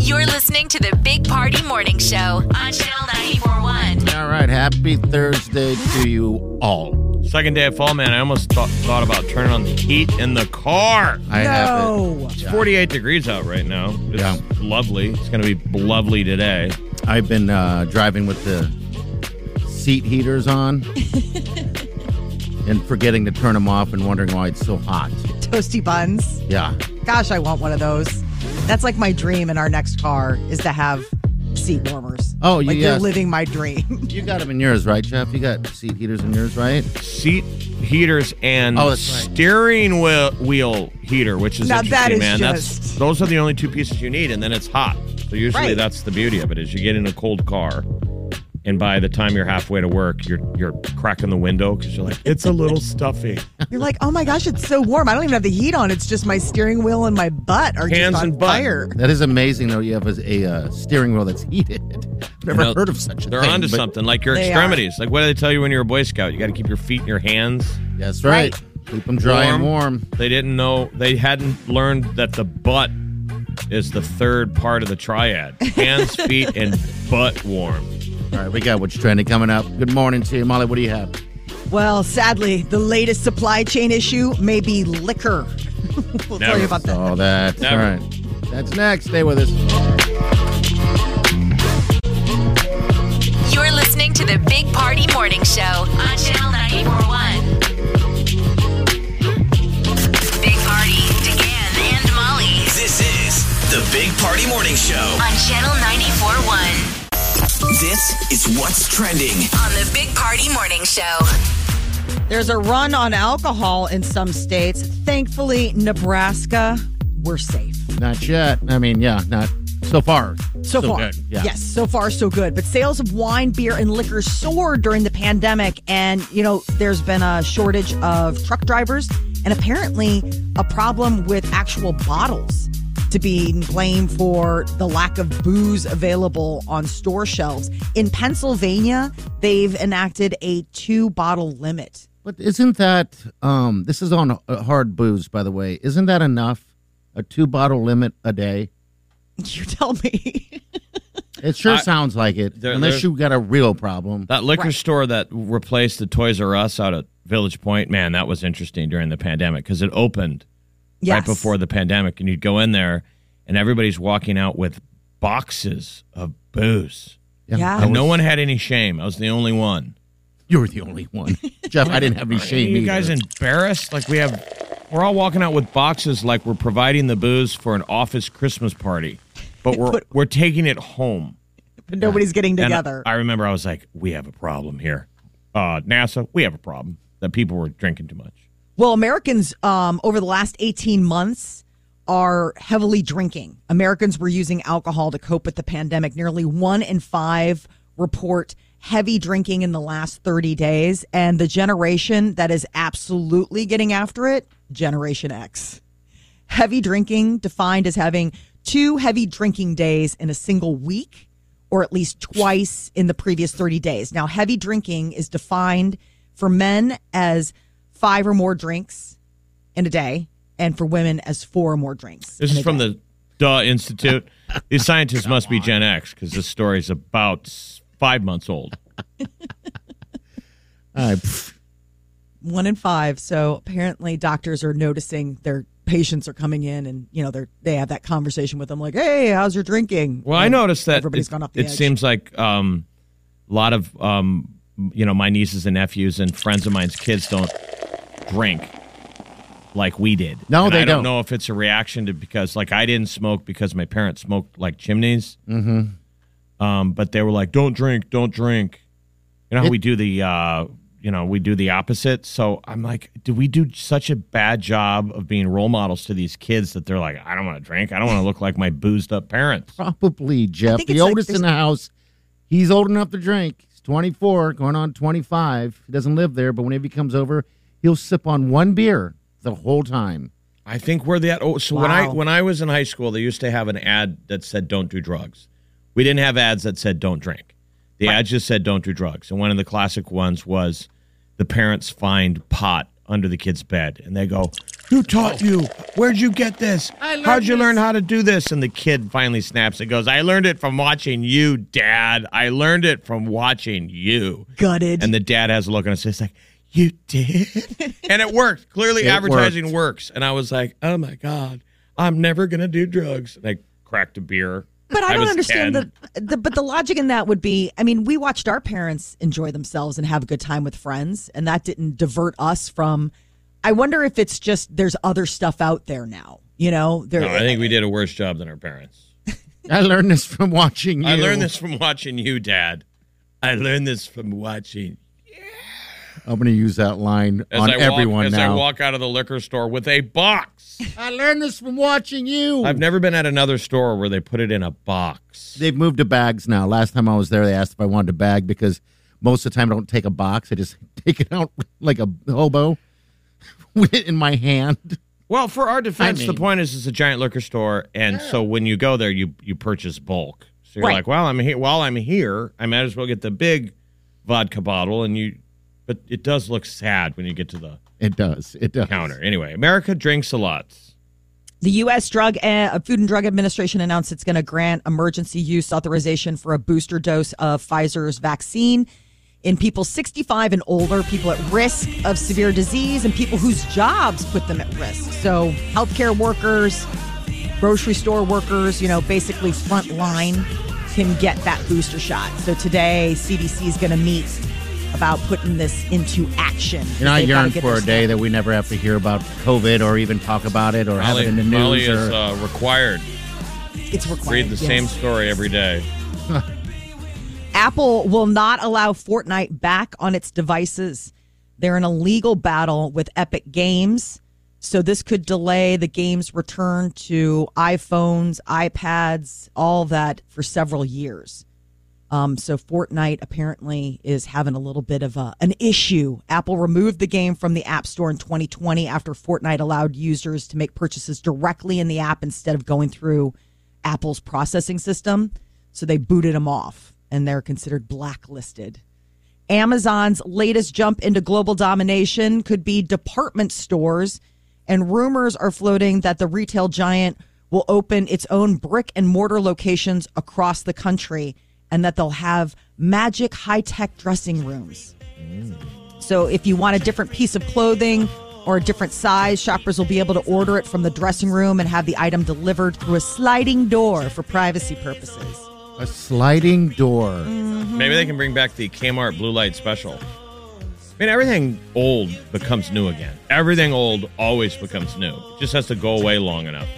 You're listening to the Big Party Morning Show on Channel 941. All right, happy Thursday to you all. Second day of fall, man. I almost thought, thought about turning on the heat in the car. I have Oh, it. It's 48 degrees out right now. It's Yeah. lovely. It's going to be lovely today. I've been uh, driving with the seat heaters on and forgetting to turn them off and wondering why it's so hot. Toasty buns. Yeah. Gosh, I want one of those. That's like my dream in our next car is to have seat warmers. Oh, like yeah. you're living my dream. You got them in yours, right, Jeff? You got seat heaters in yours, right? Seat heaters and Oh, that's right. steering wheel, wheel heater, which is Now interesting, that is man. That's just- those are the only two pieces you need, and then it's hot. So usually Right. that's the beauty of it is you get in a cold car, and by the time you're halfway to work, you're you're cracking the window because you're like it's a little stuffy. you're like, oh my gosh, it's so warm. I don't even have the heat on. It's just my steering wheel and my butt are Hands just on and butt. fire. That is amazing, though. You have a, a uh, steering wheel that's heated. Never You know, heard of such a They're thing. onto but- something, like your They are. extremities. Like what do they tell you when you're a Boy Scout? You got to keep your feet and your hands. That's right. Keep them dry and warm. They didn't know. They hadn't learned that the butt is the third part of the triad: hands, feet, and butt warm. All right, we got what's trending coming up. Good morning to you, Molly. What do you have? Well, sadly, the latest supply chain issue may be liquor. we'll tell Never. you about that. All that. Never. All right. That's next. Stay with us. You're listening to the Big Party Morning Show on Channel 941. Big Party, DeGan and Molly This is the Big Party Morning Show. on Channel 941 This is what's trending. on the Big Party Morning Show. There's a run on alcohol in some states. Thankfully, Nebraska, we're safe. Not yet. I mean, yeah, not so far. So, far. good. Yeah. Yes, so far so good. But sales of wine, beer, and liquor soared during the pandemic, and you know there's been a shortage of truck drivers, and apparently a problem with actual bottles to be blamed for the lack of booze available on store shelves. In Pennsylvania, they've enacted a two bottle limit. But isn't that um this is on uh, hard booze by the way. Isn't that enough? A two bottle limit a day? You tell me. It sure I- sounds like it. There- unless there's- you got a real problem. That liquor store that replaced the Toys R Us out at Village Point, man, that was interesting during the pandemic because it opened right Yes. before the pandemic, and you'd go in there, and everybody's walking out with boxes of booze, Yeah. and no one had any shame. I was the only one. You were the only one. Jeff, I didn't have any shame you either. guys embarrassed? Like we have, we're all walking out with boxes, like we're providing the booze for an office Christmas party, but we're we're taking it home. But nobody's getting And together. I remember I was like, we have a problem here. Uh, NASA, we have a problem that people were drinking too much. Well, Americans um, over the last 18 months are heavily drinking. Americans were using alcohol to cope with the pandemic. Nearly one in five report heavy drinking in the last 30 days. And the generation that is absolutely getting after it, Generation X. Heavy drinking defined as having two heavy drinking days in a single week or at least twice in the previous 30 days. Now, heavy drinking is defined for men as five or more drinks in a day and for women as four or more drinks. This in is a from day. the Duh Institute. These scientists must be Gen X because this story is about s- five months old. All right, pff, one in five. So apparently, doctors are noticing their patients are coming in and, you know, they're, they have that conversation with them like, hey, how's your drinking? Well, I noticed that everybody's it, gone off the it edge. seems like um, a lot of um, you know my nieces and nephews and friends of mine's kids don't drink like we did. No, And they I don't, don't. know if it's a reaction to because like I didn't smoke because my parents smoked like chimneys. Mm-hmm. Um, but they were like, "Don't drink, don't drink." You know how we do the, uh, you know, we do the opposite. So I'm like, do we do such a bad job of being role models to these kids that they're like, "I don't want to drink. I don't want to look like my boozed up parents." Probably, Jeff. think The it's like oldest there's- in the house. He's old enough to drink. He's 24, going on 25. He doesn't live there, but whenever he comes over, he'll sip on one beer the whole time. I think we're that. Oh, so when I Wow. when I was in high school, they used to have an ad that said "Don't do drugs." We didn't have ads that said "Don't drink." The ad just said "Don't do drugs." And one of the classic ones was the parents find pot under the kid's bed, and they go, "Who taught you? Where'd you get this? How'd you learn how to do this?" And the kid finally snaps and goes, "I learned it from watching you, Dad. I learned it from watching you." Gutted. And the dad has a look on his face like, You did? and it worked. Clearly, It advertising works. And I was like, Oh my God, I'm never going to do drugs. And I cracked a beer. But I, don't was understand 10. the, the but the logic in that would be I mean we watched our parents enjoy themselves and have a good time with friends and that didn't divert us from I wonder if it's just there's other stuff out there now you know there No, I think we did a worse job than our parents. I learned this from watching you. I learned this from watching you, Dad. I learned this from watching. I'm going to use that line As on I walk, everyone as now. I walk out of the liquor store with a box. I learned this from watching you. I've never been at another store where they put it in a box. They've moved to bags now. Last time I was there, they asked if I wanted a bag because most of the time I don't take a box. I just take it out like a hobo with it in my hand. Well, for our defense, the mean- point is it's a giant liquor store, and so when you go there, you you purchase bulk. So you're Right. like, well, I'm here. While I'm here, I might as well get the big vodka bottle, and you. But it does look sad when you get to the It does. It does. counter. Anyway, America drinks a lot. The U.S. Drug uh, Food and Drug Administration announced it's going to grant emergency use authorization for a booster dose of Pfizer's vaccine in people 65 and older, people at risk of severe disease, and people whose jobs put them at risk. So, healthcare workers, grocery store workers, you know, basically front line can get that booster shot. So today, CDC is going to meet about putting this into action. And I They've gotta yearn get for their a day that we never have to hear about COVID or even talk about it or have it in the news. Molly is or, uh, required stuff. It's required. read the same yes. story every day. Apple will not allow Fortnite back on its devices. They're in a legal battle with Epic Games. So this could delay the game's return to iPhones, iPads, all that for several years. Um, so Fortnite apparently is having a little bit of a, an issue. Apple removed the game from the App Store in 2020 after Fortnite allowed users to make purchases directly in the app instead of going through Apple's processing system. So they booted them off, and they're considered blacklisted. Amazon's latest jump into global domination could be department stores, and rumors are floating that the retail giant will open its own brick and mortar locations across the country and that they'll have magic high tech dressing rooms. So if you want a different piece of clothing or a different size, shoppers will be able to order it from the dressing room and have the item delivered through a sliding door for privacy purposes. a sliding door. Maybe they can bring back the Kmart blue light special. I mean, everything old becomes new again. Everything old always becomes new. It just has to go away long enough.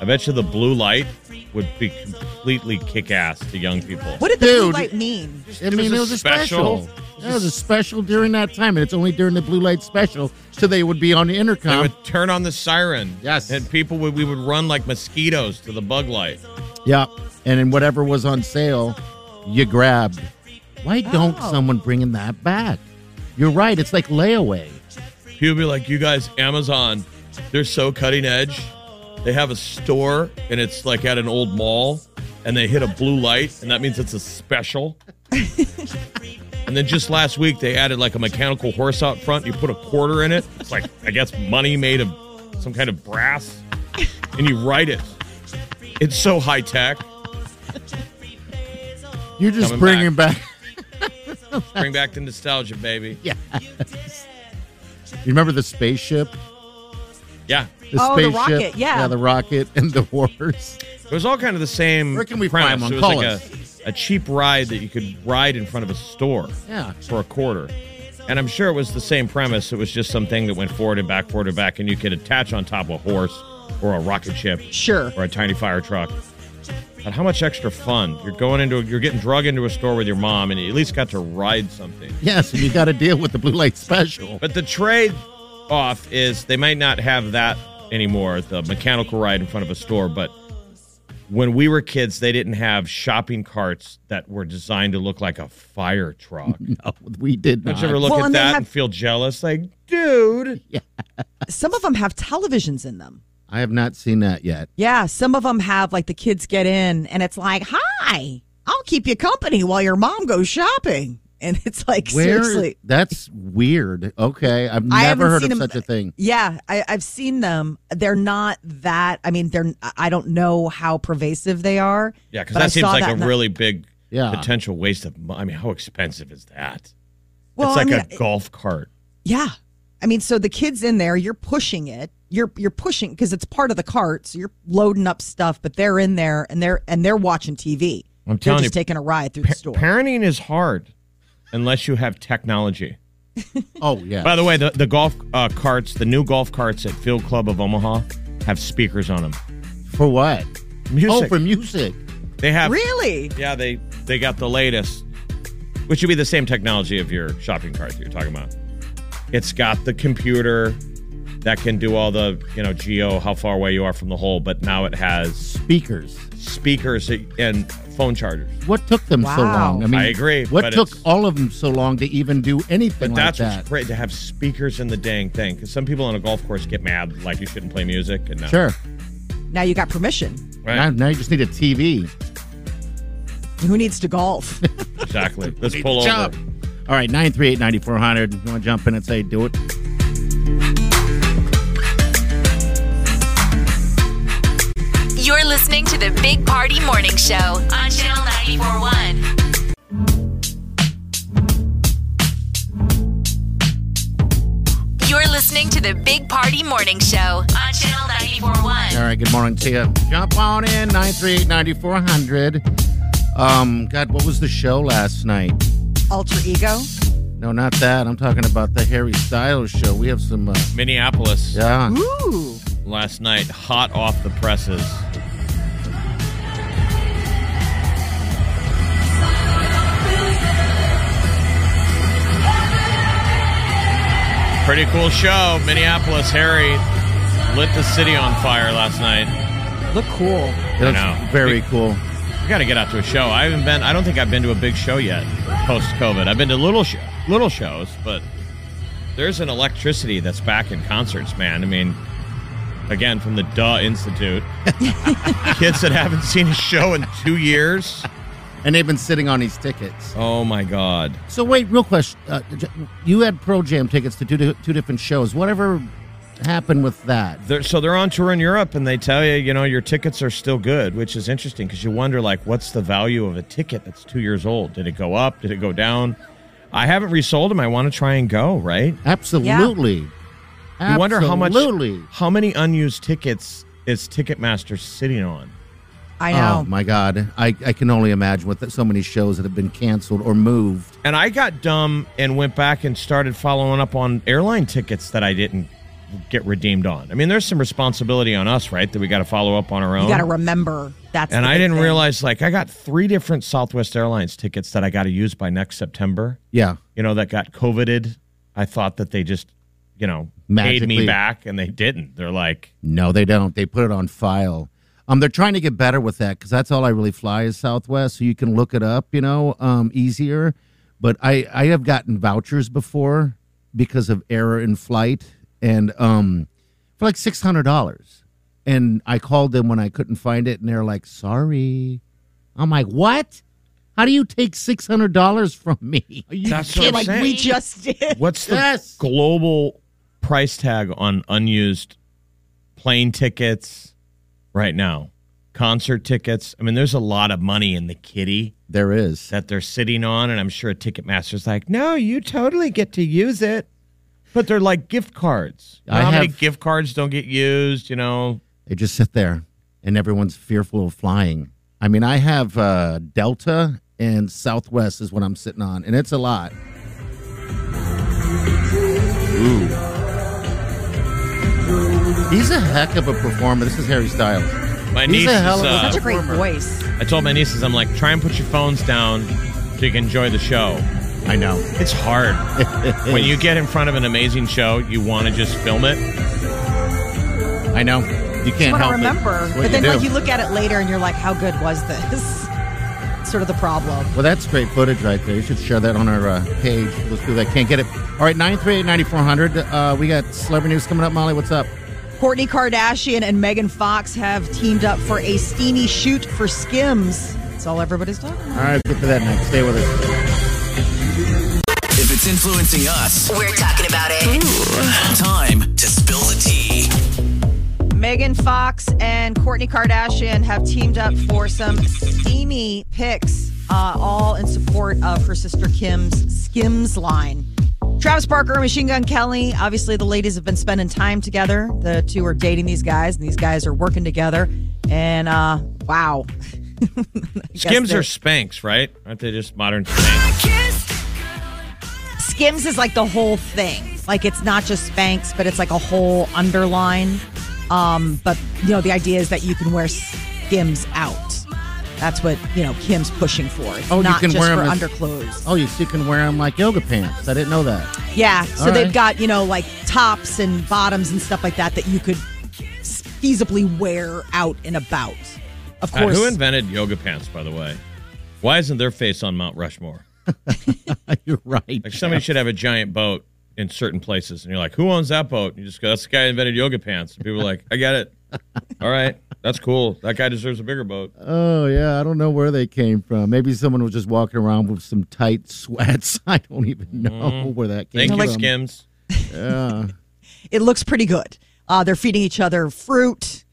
I bet you the blue light would be completely kick ass to young people. What did the blue Dude. light mean? I mean, it us a was a special. special. It was a special during that time, and it's only during the blue light special, so they would be on the They intercom. would turn on the siren. Yes. And people would, we would run like mosquitoes to the bug light. Yeah, and then whatever was on sale, you grabbed. Why don't Oh. someone bring that back? You're right. It's like layaway. He would be like, You guys, Amazon, they're so cutting edge. They have a store and it's like at an old mall and they hit a blue light and that means it's a special. and then just last week they added like a mechanical horse out front. You put a quarter in it. It's like, I guess, money made of some kind of brass and you write it. It's so high tech. You're just Coming bringing back. Bring back the nostalgia, baby. You remember the spaceship? Yeah. The Oh, the spaceship. rocket, yeah. the rocket and the horse. It was all kind of the same. Where can we premise. find one? It was Call like us. A, a cheap ride that you could ride in front of a store Yeah. for a quarter. And I'm sure it was the same premise. It was just something that went forward and back, forward and back, and you could attach on top of a horse or a rocket ship Sure. or a tiny fire truck. But how much extra fun? You're going into, you're getting drug into a store with your mom, and you at least got to ride something. Yes, and you got to deal with the blue light special. But the trade off is they might not have that anymore, the mechanical ride in front of a store, but when we were kids, they didn't have shopping carts that were designed to look like a fire truck. No, we did Don't not. you ever look Well, at and they that have- and feel jealous? Like, dude. Some of them have televisions in them. I have not seen that yet. Yeah, some of them have like the kids get in and it's like, "Hi, I'll keep you company while your mom goes shopping." And it's like, Where? seriously, That's weird. Okay, I've I never haven't heard seen of them- such a thing. Yeah, I, I've seen them. They're not that. I mean, they're. I don't know how pervasive they are. Yeah, because but I that seems saw like that a and I- really big Yeah. potential waste of money. I mean, how expensive is that? Well, it's like I mean, a golf cart. Yeah, I mean, so the kids in there, you're pushing it. You're you're pushing because it's part of the cart, so you're loading up stuff. But they're in there and they're and they're watching TV. I'm they're telling just you, taking a ride through Pa- the store. parenting is hard unless you have technology. Oh yeah. By the way, the, the golf uh, carts, the new golf carts at Field Club of Omaha have speakers on them. for what? Music. Oh, for music. They have really? Yeah, they they got the latest, which would be the same technology of your shopping cart that you're talking about. It's got the computer that can do all the you know geo how far away you are from the hole, but now it has Speakers. speakers and phone chargers. What took them so Wow. long? I mean, I agree, What but took it's- all of them so long to even do anything But like that's that? what's great to have speakers in the dang thing because some people on a golf course get mad like you shouldn't play music and now, Sure. Now you got permission. Right? Now, now you just need a TV. Who needs to golf? exactly. Let's pull over. Jump. All right, 938 9400. You want to jump in and say, do it? You're listening to the Big Party Morning Show on Channel 941. You're listening to the Big Party Morning Show on Channel 941. All right, good morning to you. Jump on in, 938 9400. Um, God, what was the show last night? Alter ego. No, not that. I'm talking about the Harry Styles show. We have some, uh, Minneapolis yeah. Ooh. last night, hot off the presses. Pretty cool show. Minneapolis Harry lit the city on fire last night. Look cool. It looks know. very cool. We got to get out to a show. I haven't been. I don't think I've been to a big show yet post COVID. I've been to little show, little shows, but there's an electricity that's back in concerts, man. I mean, again from the Duh Institute, kids that haven't seen a show in two years. And they've been sitting on these tickets. Oh my God! So wait, real question. Uh, j- you had Pro Jam tickets to two, di- two different shows. Whatever happened with that? They're, so they're on tour in Europe, and they tell you, you know, your tickets are still good, which is interesting because you wonder, like, what's the value of a ticket that's two years old? Did it go up? Did it go down? I haven't resold them. I want to try and go. Right. Absolutely. You wonder how much, Absolutely. how many unused tickets is Ticketmaster sitting on? I Oh know. my God! I, I can only imagine with so many shows that have been canceled or moved. And I got dumb and went back and started following up on airline tickets that I didn't get redeemed on. I mean, there's some responsibility on us, right? That we got to follow up on our own. you got to remember that's. and the I big didn't thing. realize, like, I got three different Southwest Airlines tickets that I got to use by next September. Yeah, You know, that got coveted. I thought that they just, you know, paid Magically. me back, and they didn't. They're like, no, they don't. They put it on file. Um, they're trying to get better with that because that's all I really fly is Southwest, so you can look it up, you know, um, easier. But I I have gotten vouchers before because of error in flight and um for like six hundred dollars, and I called them when I couldn't find it, and they're like, "Sorry." I'm like, "What? How do you take six hundred dollars from me?" Are you that's what I'm Like saying. we just did. What's the Yes. global price tag on unused plane tickets right now? Concert tickets. I mean, there's a lot of money in the kitty There is. that they're sitting on, and I'm sure Ticketmaster's like, no, you totally get to use it. But they're like gift cards. You know I how many have- gift cards don't get used? You know, They just sit there and everyone's fearful of flying. I mean, I have uh, Delta and Southwest is what I'm sitting on, and it's a lot. He's a heck of a performer. This is Harry Styles. My He's niece a is. hell of a- uh, Such a great former- voice. I told my nieces, I'm like, try and put your phones down so you can enjoy the show. I know. It's hard. when you get in front of an amazing show, you want to just film it. I know. You can't What I help it. remember, It's what but then do. like you look at it later and you're like, how good was this? sort of the problem. Well, that's great footage right there. You should share that on our uh, page. Those people that can't get it. All right, 938-9400. Uh, we got celebrity news coming up. Molly, what's up? Courtney Kardashian and Megan Fox have teamed up for a steamy shoot for Skims. That's all everybody's talking about. All right, get to that next. Stay with us. If it's influencing us, We're talking about it. time to spill the tea. Megan Fox and Courtney Kardashian have teamed up for some steamy pics, uh, all in support of her sister Kim's Skims line. Travis Barker, Machine Gun Kelly, obviously the ladies have been spending time together. The two are dating these guys, and these guys are working together. And uh, wow. Skims they're- are Spanx, right? Aren't they just modern Spanx? Skims is like the whole thing. Like it's not just Spanx, but it's like a whole underline. Um, but you know, the idea is that you can wear Skims out. That's what you know Kim's pushing for. It's Oh, you not can just wear for 'em as- underclothes. Oh, you, you can wear them like yoga pants. I didn't know that. yeah, so all they've right. got you know like tops and bottoms and stuff like that that you could s- feasibly wear out and about. Of Uh, course, who invented yoga pants, by the way? Why isn't their face on Mount Rushmore? You're right. Like somebody should have a giant boat in certain places, and you're like, who owns that boat? And you just go, that's the guy who invented yoga pants. And people are like, I get it. All right, that's cool. That guy deserves a bigger boat. Uh, Oh yeah, I don't know where they came from. Maybe someone was just walking around with some tight sweats. I don't even know where that came Mm-hmm. Thank you, from. Skims. Yeah. it looks pretty good. Uh, they're feeding each other fruit.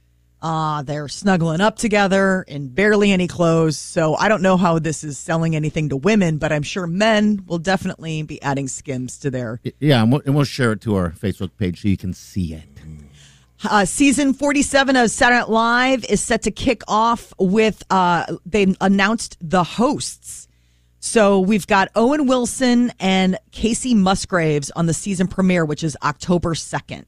Uh, they're snuggling up together in barely any clothes. So I don't know how this is selling anything to women, but I'm sure men will definitely be adding skims to their Yeah, and we'll, and we'll share it to our Facebook page so you can see it. Uh, season 47 of Saturday Night Live is set to kick off with, uh, they announced the hosts. So we've got Owen Wilson and Casey Musgraves on the season premiere, which is October 2nd.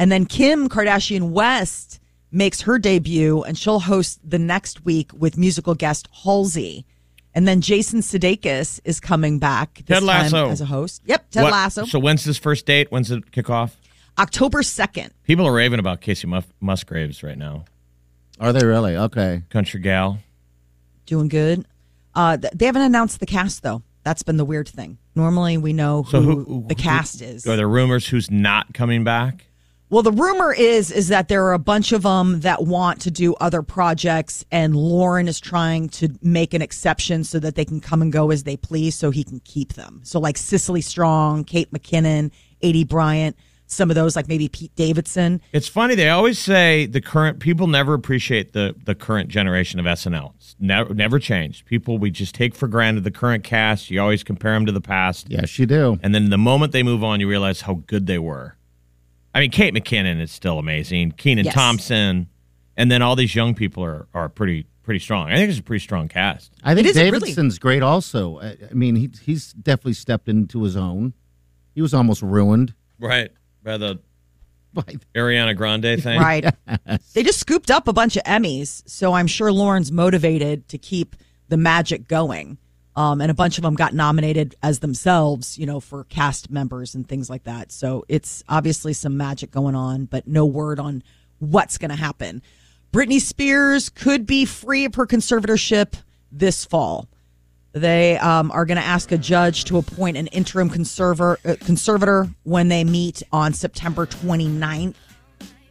And then Kim Kardashian West makes her debut and she'll host the next week with musical guest Halsey. And then Jason Sudeikis is coming back this Ted Lasso. time as a host. Yep, Ted What- Lasso. So when's this first date? When's it kick off? October 2nd. People are raving about Casey Muff- Musgraves right now. Are they really? Okay. Country gal. doing good. Uh, th- they haven't announced the cast though. That's been the weird thing. Normally, we know who, So who- who- the cast is. Are there rumors who's not coming back? Well, the rumor is is that there are a bunch of them that want to do other projects, and Lauren is trying to make an exception so that they can come and go as they please, so he can keep them. So, like Cicely Strong, Kate McKinnon, Adie Bryant, some of those, like maybe Pete Davidson. It's funny they always say the current people never appreciate the the current generation of SNL. It's never never changed. People we just take for granted the current cast. You always compare them to the past, Yes, you do. and then the moment they move on, you realize how good they were. I mean, Kate McKinnon is still amazing. Keenan Yes. Thompson, and then all these young people are are pretty pretty strong. I think it's a pretty strong cast. I think is, really. Davidson's great also. I, I mean, he, he's definitely stepped into his own. He was almost ruined Right by the by Ariana Grande thing. Right. They just scooped up a bunch of Emmys, so I'm sure Lauren's motivated to keep the magic going. Um, and a bunch of them got nominated as themselves, you know, for cast members and things like that. So it's obviously some magic going on, but no word on what's going to happen. Britney Spears could be free of her conservatorship this fall. They um, are going to ask a judge to appoint an interim conserver, uh, conservator when they meet on September 29th.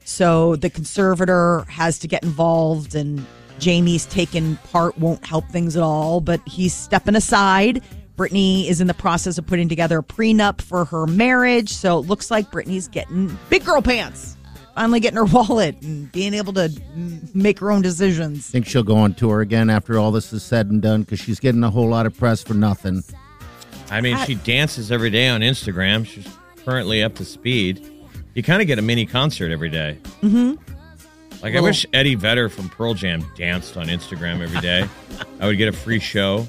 So the conservator has to get involved, and Jamie's taken part won't help things at all, but he's stepping aside. Brittany is in the process of putting together a prenup for her marriage. So it looks like Brittany's getting big girl pants, finally getting her wallet and being able to mm, make her own decisions. think she'll go on tour again after all this is said and done because she's getting a whole lot of press for nothing. I mean, she dances every day on Instagram. She's currently up to speed. You kind of get a mini concert every day. Mm-hmm. Like, I wish Eddie Vedder from Pearl Jam danced on Instagram every day. I would get a free show.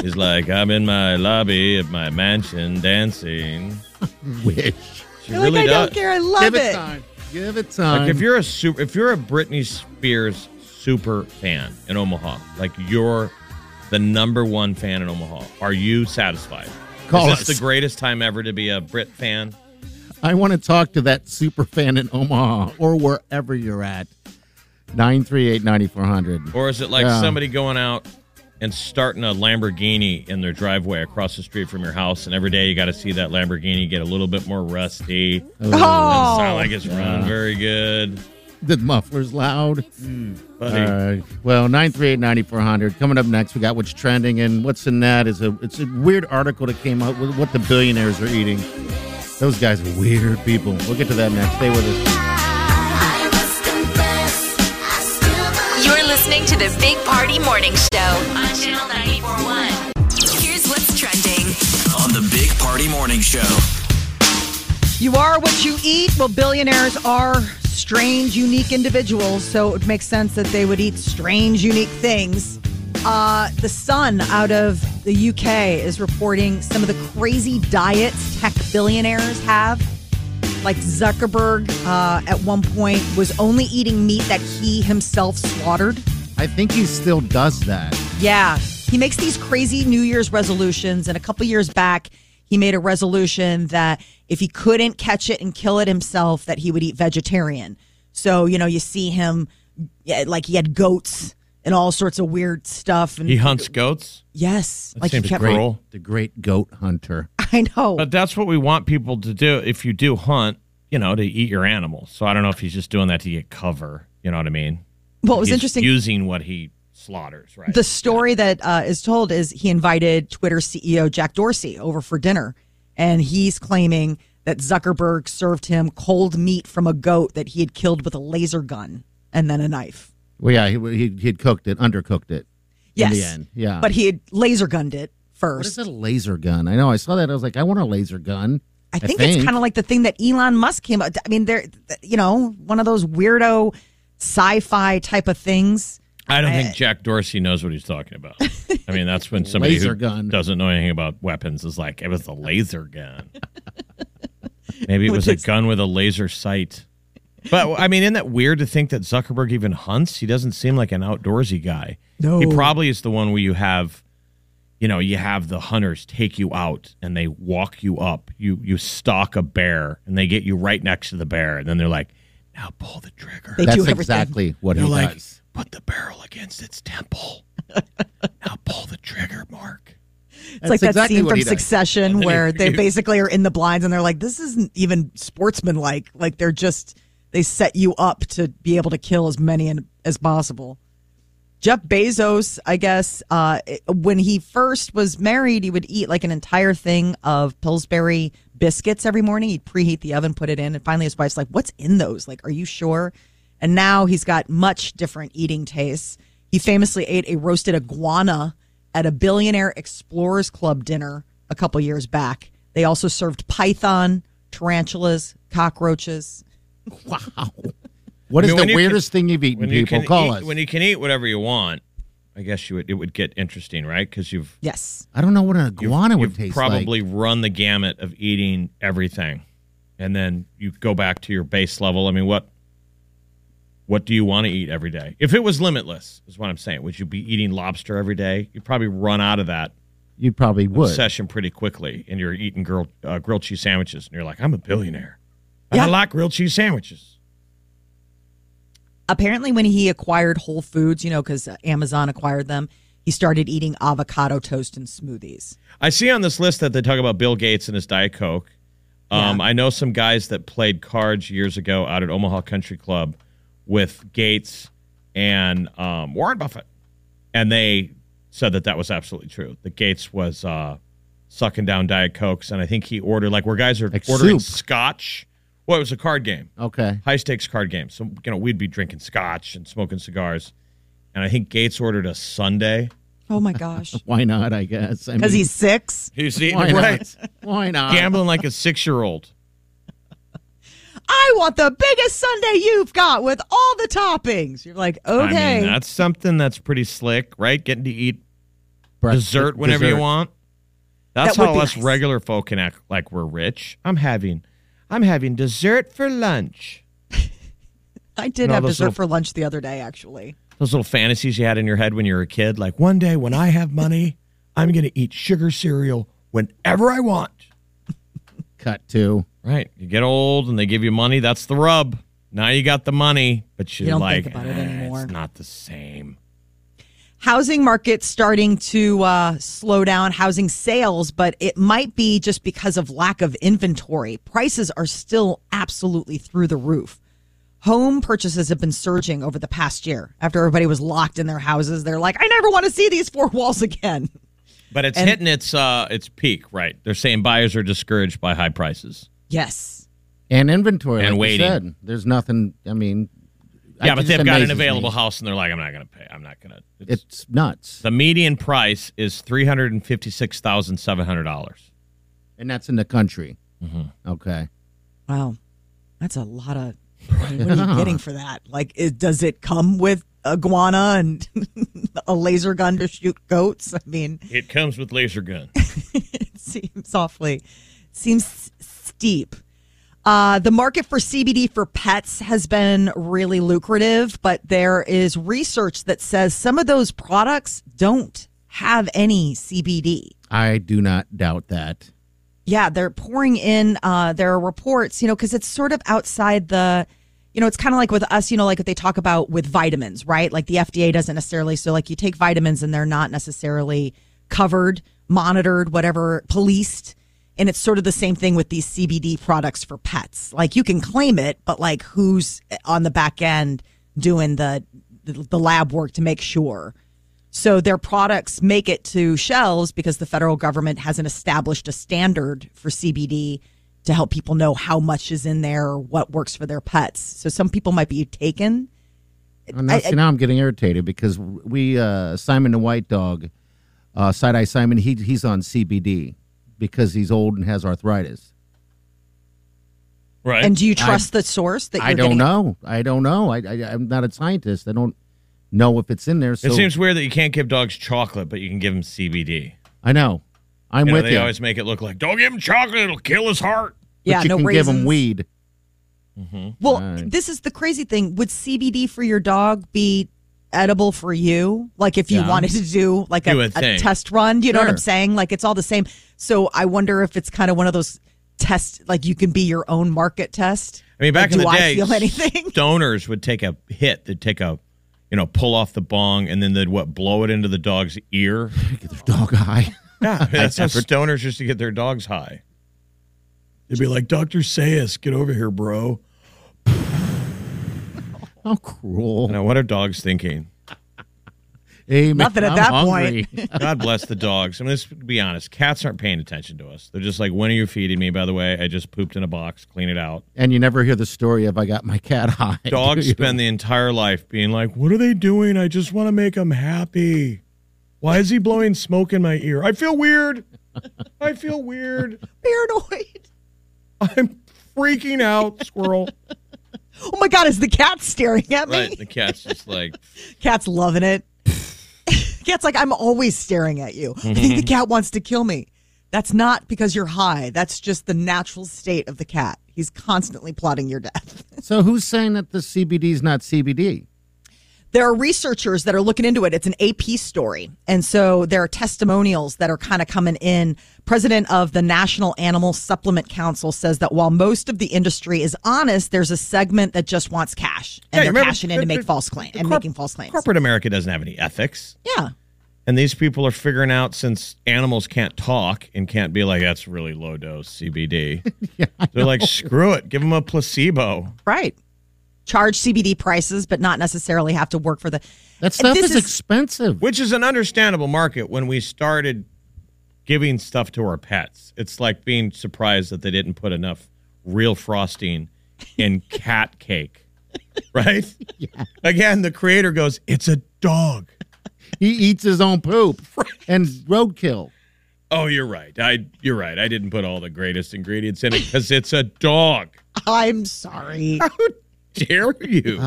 He's like, I'm in my lobby at my mansion dancing. Wish. She You're really like, I does. don't care. I love Give it it. time. Give it time. Like, if you're a super, if you're a Britney Spears super fan in Omaha. Like you're the number one fan in Omaha. Are you satisfied? Call Is this us. the greatest time ever to be a Brit fan? I want to talk to that super fan in Omaha or wherever you're at. 938 9400. Or is it like Yeah. somebody going out and starting a Lamborghini in their driveway across the street from your house, and every day you got to see that Lamborghini get a little bit more rusty? Oh, Sound like it's running very good, The muffler's loud. buddy. All right. Well, 938 9400. Coming up next, we got what's trending, and what's in that is a it's a weird article that came out with what the billionaires are eating. Those guys are weird people. We'll get to that next. Stay with us. You're listening to the Big Party Morning Show on Channel 941. Here's what's trending. on the Big Party Morning Show. You are what you eat. Well, billionaires are strange, unique individuals, so it makes sense that they would eat strange, unique things. Uh, the Sun out of the UK is reporting some of the crazy diets tech billionaires have. Like Zuckerberg, uh, at one point, was only eating meat that he himself slaughtered. I think he still does that. Yeah. He makes these crazy New Year's resolutions. And a couple years back, he made a resolution that if he couldn't catch it and kill it himself, that he would eat vegetarian. So, you know, you see him yeah, like he had goats and all sorts of weird stuff. And He hunts goats. yes, That like he seems kept. great. Great, the great goat hunter. I know. But that's what we want people to do. If you do hunt, you know, to eat your animals. So I don't know if he's just doing that to get cover. You know what I mean? Well, it was He's interesting. Using what he slaughters, right? the story that uh, is told is he invited Twitter CEO Jack Dorsey over for dinner, and he's claiming that Zuckerberg served him cold meat from a goat that he had killed with a laser gun and then a knife. Well, yeah, he, he, he'd cooked it, undercooked it. Yes, In the end, yeah. but he had laser gunned it What is first. that laser gun? I know. I saw that. I was like, I want a laser gun. I think, it's kind of like the thing that Elon Musk came up. I mean, they're you know one of those weirdo sci-fi type of things. I don't think Jack Dorsey knows what he's talking about. I mean, that's when somebody Laser who gun. doesn't know anything about weapons is like, it was a laser gun. Maybe it was a gun with a laser sight. But I mean, isn't that weird to think that Zuckerberg even hunts? He doesn't seem like an outdoorsy guy. No. He probably is the one where you have, you know, you have the hunters take you out and they walk you up. You you stalk a bear and they get you right next to the bear and then they're like, now pull the trigger. They do That's everything. exactly what he You're like, does. put the barrel against its temple. now pull the trigger, Mark. It's like that exactly scene what from he does. Succession then where you- they you- basically are in the blinds and they're like, this isn't even sportsmanlike. Like they're just they set you up to be able to kill as many an- as possible. Jeff Bezos, I guess, uh, it- when he first was married, he would eat like an entire thing of Pillsbury biscuits every morning. He'd preheat the oven, put it in, and finally his wife's like, "What's in those? Like, are you sure?" And now he's got much different eating tastes. He famously ate a roasted iguana at a billionaire explorers club dinner a couple years back. They also served python, tarantulas, cockroaches. Wow. What is the mean, when you can- weirdest thing you've eaten, people? can Call eat, us. when you can eat whatever you want, I guess you would, it would get interesting, right? Because you've Yes. I don't know what an iguana would you've taste like. probably run the gamut of eating everything, and then you go back to your base level. I mean, what what do you want to eat every day? If it was limitless, is what I'm saying. Would you be eating lobster every day? You'd probably run out of that You probably would. obsession pretty quickly, and you're eating girl, uh, grilled cheese sandwiches, and you're like, I'm a billionaire. Yeah. I like grilled cheese sandwiches. apparently when he acquired Whole Foods, you know, because Amazon acquired them, he started eating avocado toast and smoothies. I see on this list that they talk about Bill Gates and his Diet Coke. Um, I know some guys that played cards years ago out at Omaha Country Club with Gates and um, Warren Buffett, and they said that that was absolutely true. That Gates was uh, sucking down Diet Cokes, and I think he ordered like where guys are Like ordering soup. scotch. Well, it was a card game. Okay. high stakes card games. So you know we'd be drinking scotch and smoking cigars, and I think Gates ordered a Sunday. Oh my gosh. Why not, I guess? I Because mean, he's six. He's eating why right, not? Why not? gambling like a six year old. I want the biggest Sunday you've got with all the toppings. You're like, okay. I mean that's something that's pretty slick, right? Getting to eat Bre- dessert whenever you dessert. want. That's That would how be us nice. regular folk can act like we're rich. I'm having, I'm having dessert for lunch. I did No, have those dessert little- for lunch the other day, actually. those little fantasies you had in your head when you were a kid? Like one day when I have money, I'm going to eat sugar cereal whenever I want. Cut to. Right. You get old and they give you money. That's the rub. Now you got the money, but you're You don't like, think about it "Ah, anymore." it's not the same. housing market starting to uh, slow down housing sales, but it might be just because of lack of inventory. Prices are still absolutely through the roof. Home purchases have been surging over the past year after everybody was locked in their houses. They're like, I never want to see these four walls again. But it's And- hitting its uh its peak, right? They're saying buyers are discouraged by high prices. Yes. And inventory. And like you waiting. said. There's nothing. I mean, I- yeah, it but just they've got an amazes me. available house and they're like, I'm not going to pay. I'm not going to. It's It's nuts. the median price is three hundred and fifty six thousand seven hundred dollars. And that's in the country. Mm-hmm. Okay. Wow. That's a lot of. I mean, what are you getting for that? Like, it, does it come with iguana and a laser gun to shoot goats? I mean, It comes with laser gun. seems awfully seems s- steep. Uh, the market for CBD for pets has been really lucrative, but there is research that says some of those products don't have any CBD. I do not doubt that. Yeah, they're pouring in uh, their reports, you know, because it's sort of outside the, you know, it's kind of like with us, you know, like what they talk about with vitamins, right? Like the FDA doesn't necessarily, so like you take vitamins and they're not necessarily covered, monitored, whatever, policed. And it's sort of the same thing with these CBD products for pets. Like you can claim it, but like who's eh, on the back end doing the the lab work to make sure? So their products make it to shelves because the federal government hasn't established a standard for CBD to help people know how much is in there or what works for their pets. So some people might be taken. And now, I- see, now I'm getting irritated because we uh, Simon the White Dog, uh, side eye Simon, he he's on CBD because he's old and has arthritis. Right. And do you trust the source that you're I don't getting? know. I don't know. I, I I'm not a scientist. I don't know if it's in there. So it seems weird that you can't give dogs chocolate, but you can give them CBD. I know. I'm You know, with they you. always make it look like don't give him chocolate; it'll kill his heart. but Yeah, you no can give him raisins. weed. Well, Right. this is the crazy thing. Would CBD for your dog be edible for you? Like if you Yeah. wanted to do like a, You would a think. test run, do you know what I'm Sure. saying? Like it's all the same. So I wonder if it's kind of one of those tests, like you can be your own market test. I mean, back Like, in the do day, I feel anything? stoners would take a hit. They'd take a, you know, pull off the bong, and then they'd what blow it into the dog's ear. Get their dog high. Yeah, that's how stoners used to get their dogs high. They'd be like, Doctor Sayus, get over here, bro. How cruel. Now, what are dogs thinking? Hey, man, Nothing at I'm that hungry. God bless the dogs. I mean, let's be honest. Cats aren't paying attention to us. They're just like, when are you feeding me? By the way, I just pooped in a box. Clean it out. and you never hear the story of I got my cat high. Dogs do you? spend the entire life being like, what are they doing? I just want to make them happy. Why is he blowing smoke in my ear? I feel weird. I feel weird. Paranoid. I'm freaking out, squirrel. Oh my God, is the cat staring at me? Right. The cat's just like, Cat's loving it. Cat's like, I'm always staring at you. I Mm-hmm. think the cat wants to kill me. That's not because you're high. That's just the natural state of the cat. He's constantly plotting your death. So who's saying that the CBD is not CBD? There are researchers that are looking into it. It's an AP story. And so there are testimonials that are kind of coming in. President of the National Animal Supplement Council says that while most of the industry is honest, there's a segment that just wants cash Yeah, and you they're remember- cashing in to make false claims and corp- making false claims. corporate America doesn't have any ethics. Yeah. And these people are figuring out since animals can't talk and can't be like, that's really low dose CBD. They're like, screw it. Give them a placebo. Right. Charge CBD prices, but not necessarily have to work for the. That stuff This is, is- expensive. which is an understandable market when we started giving stuff to our pets. It's like being surprised that they didn't put enough real frosting in cat cake, right? Again, the creator goes, "It's a dog." He eats his own poop and roadkill. Oh, you're right. I you're right. I didn't put all the greatest ingredients in it because it's a dog. I'm sorry. Dare you?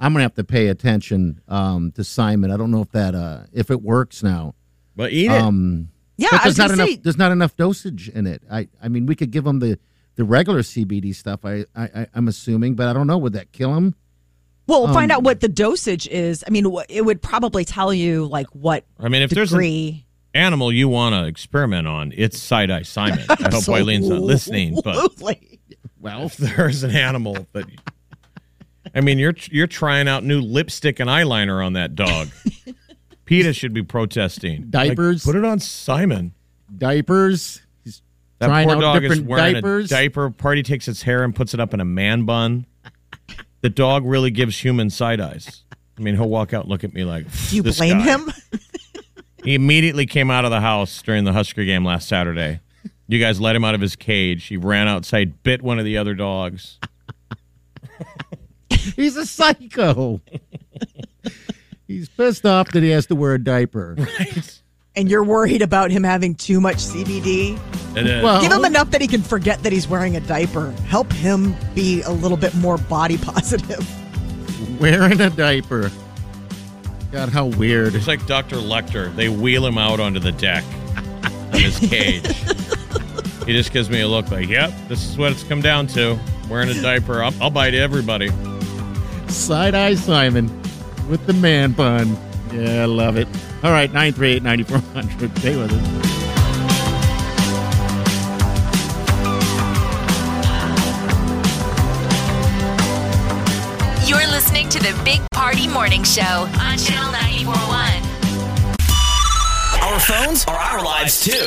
I'm gonna have to pay attention um, to Simon. I don't know if that uh, if it works now. But eat it. Um, Yeah, but I was there's not gonna enough. say- There's not enough dosage in it. I I mean, we could give him the the regular CBD stuff. I, I I- I'm assuming, but I don't know. Would that kill him? Well, find out what the dosage is. I mean, wh- it would probably tell you like what I mean, if there's an degree. animal you want to experiment on, it's side eye Simon. I hope Eileen's not listening, but Absolutely. Well, if there's an animal that I mean, you're you're trying out new lipstick and eyeliner on that dog. PETA should be protesting. Like, Diapers? put it on Simon. diapers. He's That trying poor out dog is different wearing diapers. a diaper. Party takes its hair and puts it up in a man bun. The dog really gives human side eyes. I mean, he'll walk out and look at me like, Do you "This blame guy." him? He immediately came out of the house during the Husker game last Saturday. You guys let him out of his cage. He ran outside, bit one of the other dogs. He's a psycho. He's pissed off that he has to wear a diaper. And you're worried about him having too much CBD? And, uh, Well, Give him enough that he can forget that he's wearing a diaper. Help him be a little bit more body positive. wearing a diaper. God, how weird. It's like Dr. Lecter. They wheel him out onto the deck of his cage. he just gives me a look like, yep, this is what it's come down to. Wearing a diaper. I'll, I'll bite everybody. Side eye Simon with the man bun. Yeah, I love it. All right, 938 9400. Stay with us. You're listening to the Big Party Morning Show on Channel 941. Our phones are our lives too.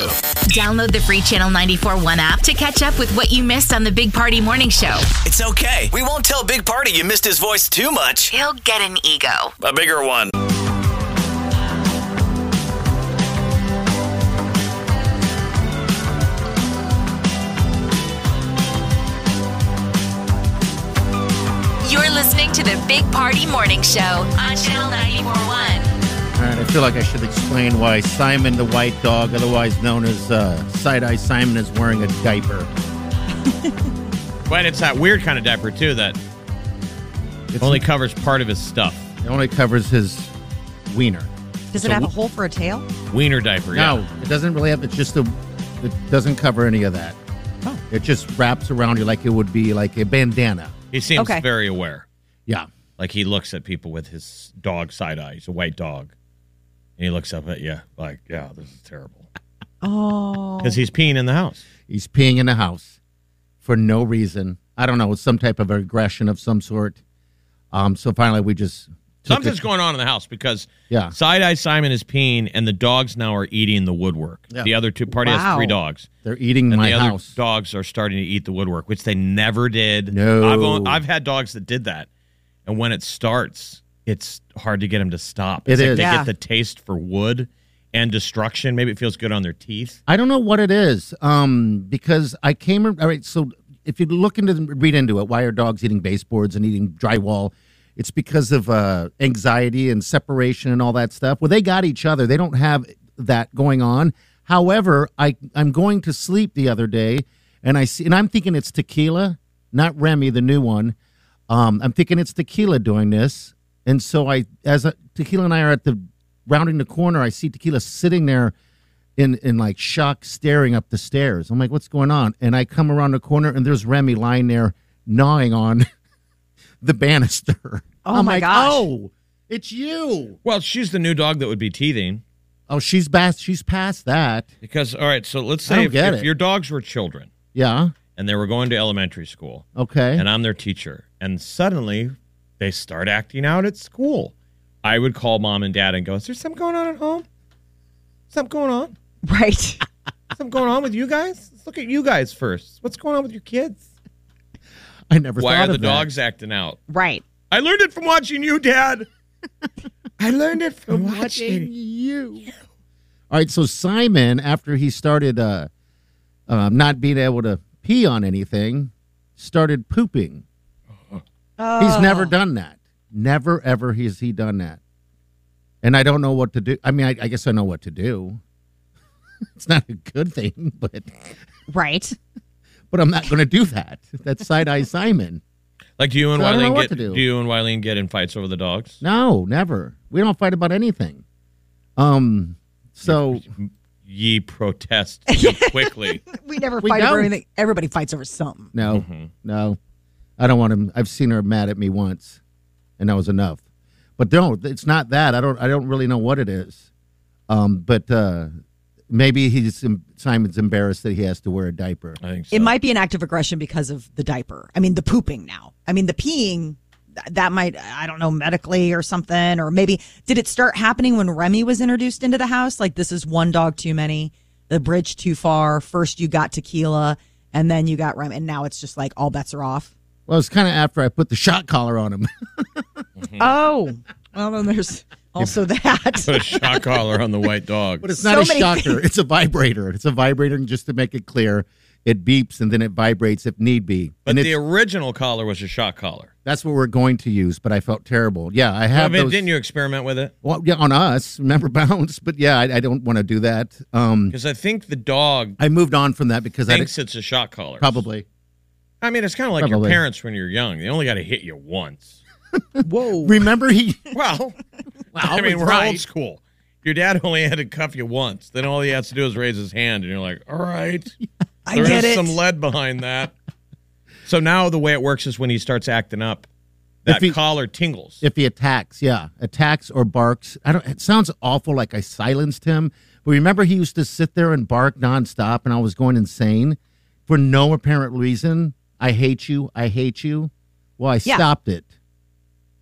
Download the free Channel 941 app to catch up with what you missed on the Big Party Morning Show. It's okay. We won't tell Big Party you missed his voice too much. He'll get an ego. A bigger one. You're listening to the Big Party Morning Show on Channel 941. All right, I feel like I should explain why Simon the white dog, otherwise known as uh, Side Eye Simon, is wearing a diaper. But it's that weird kind of diaper, too, that It's only covers part of his stuff. It only covers his wiener. Does it have a hole for a tail? Wiener diaper, yeah. No, it doesn't really have. It's just a. It doesn't cover any of that. Oh. It just wraps around you like it would be like a bandana. He seems Okay. very aware. Yeah. Like he looks at people with his dog side eye. He's a white dog. And he looks up at you like, yeah, this is terrible. Oh. Because he's peeing in the house. He's peeing in the house for no reason. I don't know. It's some type of aggression of some sort. Um. So finally, we just took Something's it- going on in the house because Yeah. side eye Simon is peeing, and the dogs now are eating the woodwork. Yeah. The other two party has Wow. three dogs, They're eating and my the other house. dogs are starting to eat the woodwork, which they never did. No. I've on- I've had dogs that did that, and when it starts, it's hard to get them to stop. It It's like is. They Yeah. get the taste for wood and destruction. Maybe it feels good on their teeth. I don't know what it is. Um, because I came. All right, so if you look into the, read into it, why are dogs eating baseboards and eating drywall? It's because of uh, anxiety and separation and all that stuff. Well, they got each other. They don't have that going on. However, I I'm going to sleep the other day, and I see, and I'm thinking it's tequila, not Remy, the new one. Um, I'm thinking it's tequila doing this, and so I, as a, tequila and I are at the rounding the corner, I see tequila sitting there in in like shock, staring up the stairs. I'm like, what's going on? And I come around the corner, and there's Remy lying there gnawing on the banister. Oh, I'm my like, gosh. Oh, it's you. Well, she's the new dog that would be teething. Oh, she's past. She's past that. Because all right, so let's I say don't if, get if it. your dogs were children Yeah. and they were going to elementary school, Okay. and I'm their teacher. And suddenly they start acting out at school. I would call mom and dad and go, Is there something going on at home? Something going on? Right. Something going on with you guys? Let's look at you guys first. What's going on with your kids? I never. Why thought are the of that. dogs acting out? Right. I learned it from watching you, Dad. I learned it from watching you. All right, so Simon, after he started uh, uh, not being able to pee on anything, started pooping. He's never done that. Never ever has he done that. And I don't know what to do. I mean, I, I guess I know what to do. it's not a good thing, but Right. but I'm not going to do that. That's side eye Simon. Like do you and So I don't know Wileen what get to do. you and Wileen get in fights over the dogs? No, never. We don't fight about anything. Um. So Ye protest too quickly. We never We fight over don't. anything. Everybody fights over something. No, no, I don't want him. I've seen her mad at me once. and that was enough. But no, it's not that. I don't. I don't really know what it is. Um, but uh, maybe he's Simon's embarrassed that he has to wear a diaper. I think so. It might be an act of aggression because of the diaper. I mean, the pooping now. I mean, the peeing, th- that might, I don't know, medically or something, or maybe did it start happening when Remy was introduced into the house? Like, this is one dog too many, the bridge too far. First, you got tequila, and then you got Remy, and now it's just like all bets are off. Well, it's kind of after I put the shot collar on him. Mm-hmm. Oh, well, then there's also that. Put a shock collar on the white dog. But it's not So a many shocker. It's a vibrator. It's a vibrator, and just to make it clear, it beeps and then it vibrates if need be. But and the it's, original collar was a shock collar. that's what we're going to use. But I felt terrible. Yeah, I I have mean, those. didn't you experiment with it? Well, yeah, on us. Remember bounce? But yeah, I, I don't want to do that. Um, Because I think the dog I moved on from that because I thinks it's a shock collar. probably I mean, it's kind of like Probably. your parents when you're young. They only got to hit you once. Whoa. remember he. Well, I was mean, we're right. old school. Your dad only had to cuff you once. Then all he has to do is raise his hand, and you're like, all right. I there is get it. some lead behind that. so now the way it works is when he starts acting up, that If he- collar tingles. If he attacks, yeah, attacks or barks. I don't. It sounds awful, like I silenced him. But remember, he used to sit there and bark nonstop, and I was going insane for no apparent reason. I hate you. I hate you. Well, I Yeah. stopped it.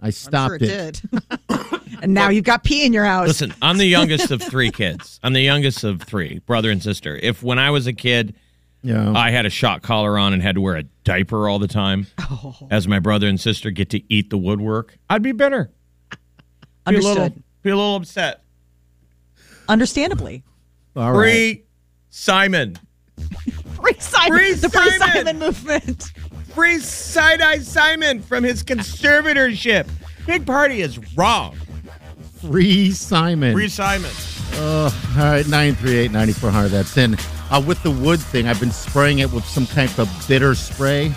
I I'm stopped sure it did. and now you've got pee in your house. Listen, I'm the youngest of three kids. I'm the youngest of three, brother and sister. If when I was a kid, Yeah. Uh, I had a shock collar on and had to wear a diaper all the time, Oh. as my brother and sister get to eat the woodwork, I'd be bitter. Be a Understood. little, be a little upset. Understandably. All right. Free Simon. Free Simon. Free the Free Simon. Simon movement. Free side eye Simon from his conservatorship. Big party is wrong. Free Simon. Free Simon. Oh, all right, 938 9400. That's in. Uh, with the wood thing, I've been spraying it with some kind of bitter spray.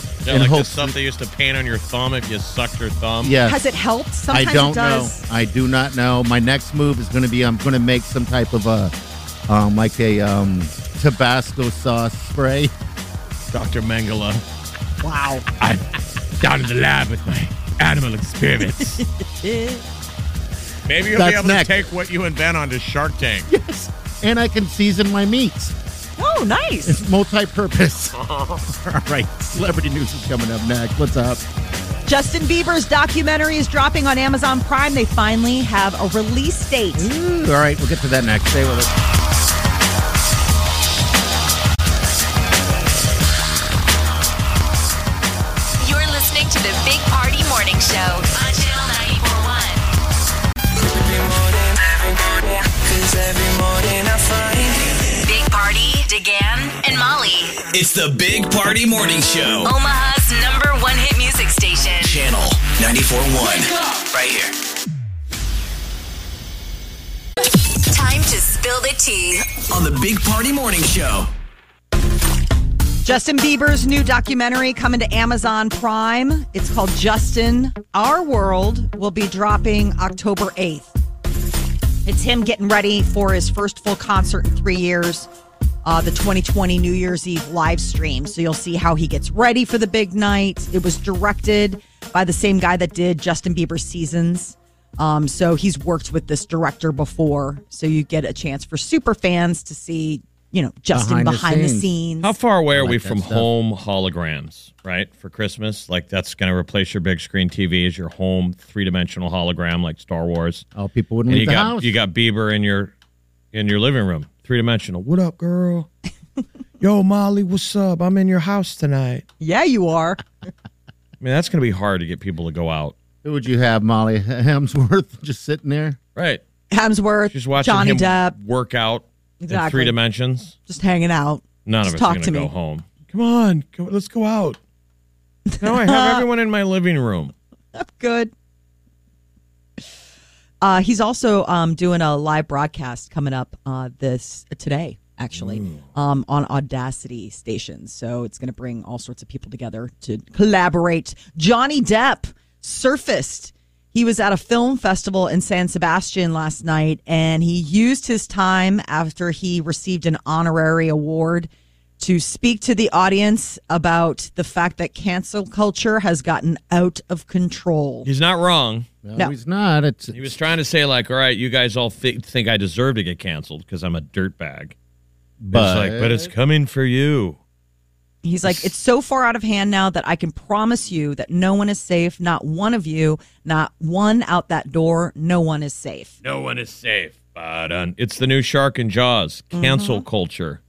Yeah, And like the hope- stuff they used to paint on your thumb if you sucked your thumb. Yes. Has it helped? Sometimes I don't it does. know. I do not know. My next move is going to be I'm going to make some type of a, um, like a um, Tabasco sauce spray. Dr. Mengele. Wow. I'm down in the lab with my animal experiments. Maybe you'll That's be able next. to take what you invent onto Shark Tank. And I can season my meats. Oh, nice. It's multi-purpose. All right, celebrity news is coming up next. What's up? Justin Bieber's documentary is dropping on Amazon Prime. They finally have a release date. Ooh, all right, we'll get to that next. Stay with us. You're listening to the Big Party Morning Show on Channel 941. Big Party, DeGan, and Molly. It's the Big Party Morning Show. Omaha's number one hit music station. Channel 94.1. Right here. Time to spill the tea. On the Big Party Morning Show. Justin Bieber's new documentary coming to Amazon Prime. It's called Justin Our World, will be dropping October 8th. It's him getting ready for his first full concert in three years, uh, the 2020 New Year's Eve live stream. So you'll see how he gets ready for the big night. It was directed by the same guy that did Justin Bieber's Seasons. Um, so he's worked with this director before. So you get a chance for super fans to see, you know, Justin Behind the behind, the scenes. scenes. How far away are we that from stuff. home holograms, right? For Christmas? Like that's going to replace your big screen TV as your home three dimensional hologram like Star Wars. Oh, people wouldn't And leave you the got house. you got Bieber in your in your living room, three dimensional. What up, girl? Yo, Molly, what's up? I'm in your house tonight. Yeah, you are. I mean, that's going to be hard to get people to go out. Who would you have, Molly Hemsworth, just sitting there? Right. Hemsworth, Just watching Johnny him Depp, work out in Exactly. three dimensions. just hanging out. None Just of us talk are going to to go me. home. Come on, go, let's go out. No, I have everyone in my living room. Good. Uh, he's also um, doing a live broadcast coming up uh, this today, actually, um, on Audacity stations. So it's going to bring all sorts of people together to collaborate. Johnny Depp surfaced. He was at a film festival in San Sebastian last night, and he used his time after he received an honorary award to speak to the audience about the fact that cancel culture has gotten out of control. He's not wrong. No, No. he's not. It's He was trying to say like, all right, you guys all thi- think I deserve to get canceled because I'm a dirtbag. But But- it's like, but it's coming for you. He's like, it's so far out of hand now that I can promise you that no one is safe. Not one of you, not one out that door. No one is safe. No one is safe. But uh, it's the new shark and Jaws cancel Mm-hmm. culture.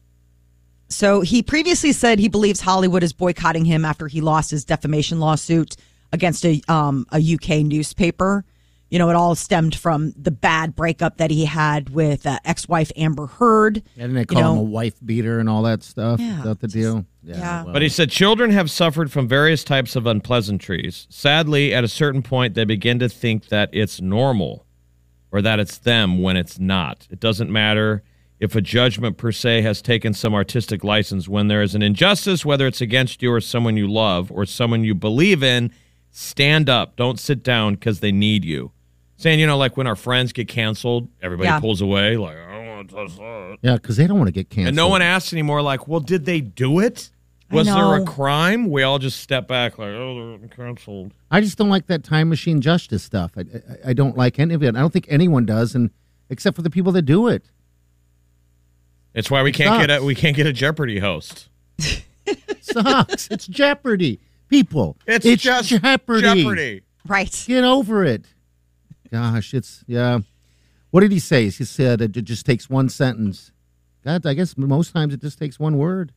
So he previously said he believes Hollywood is boycotting him after he lost his defamation lawsuit against a um, a UK newspaper. You know, it all stemmed from the bad breakup that he had with uh, ex-wife Amber Heard. and they You call him know- a wife beater and all that stuff. Yeah, Is that the just- deal? yeah. well, But he said children have suffered from various types of unpleasantries. Sadly, at a certain point, they begin to think that it's normal or that it's them when it's not. It doesn't matter if a judgment per se has taken some artistic license when there is an injustice, whether it's against you or someone you love or someone you believe in, stand up. Don't sit down because they need you. Saying, you know, like when our friends get canceled, everybody Yeah. pulls away, like, I don't want to touch that. yeah, because they don't want to get canceled. And no one asks anymore, like, well, did they do it? I Was there a know. crime? We all just step back, like, oh, they're canceled. I just don't like that time machine justice stuff. I, I, I don't like any of it. I don't think anyone does, and except for the people that do it. It's why we can't get sucks. a we can't get a Jeopardy host. It sucks. it's Jeopardy, people. It's, just Jeopardy. Jeopardy. Right. Get over it. Gosh, it's yeah. What did he say? He said it just takes one sentence. God, I guess most times it just takes one word.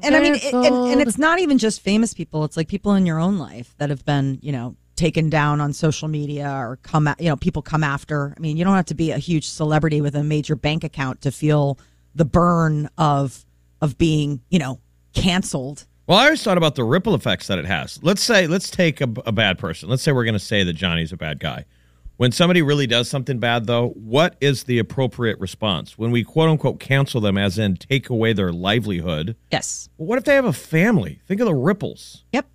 And I mean, it, and, and Canceled. it's not even just famous people. It's like people in your own life that have been, you know, taken down on social media or come, at, you know, people come after. I mean, you don't have to be a huge celebrity with a major bank account to feel the burn of of being, you know, canceled. Well, I always thought about the ripple effects that it has. Let's say, let's take a, a bad person. Let's say we're going to say that Johnny's a bad guy. When somebody really does something bad, though, what is the appropriate response? When we quote unquote cancel them, as in take away their livelihood, Yes. well, what if they have a family? Think of the ripples. Yep.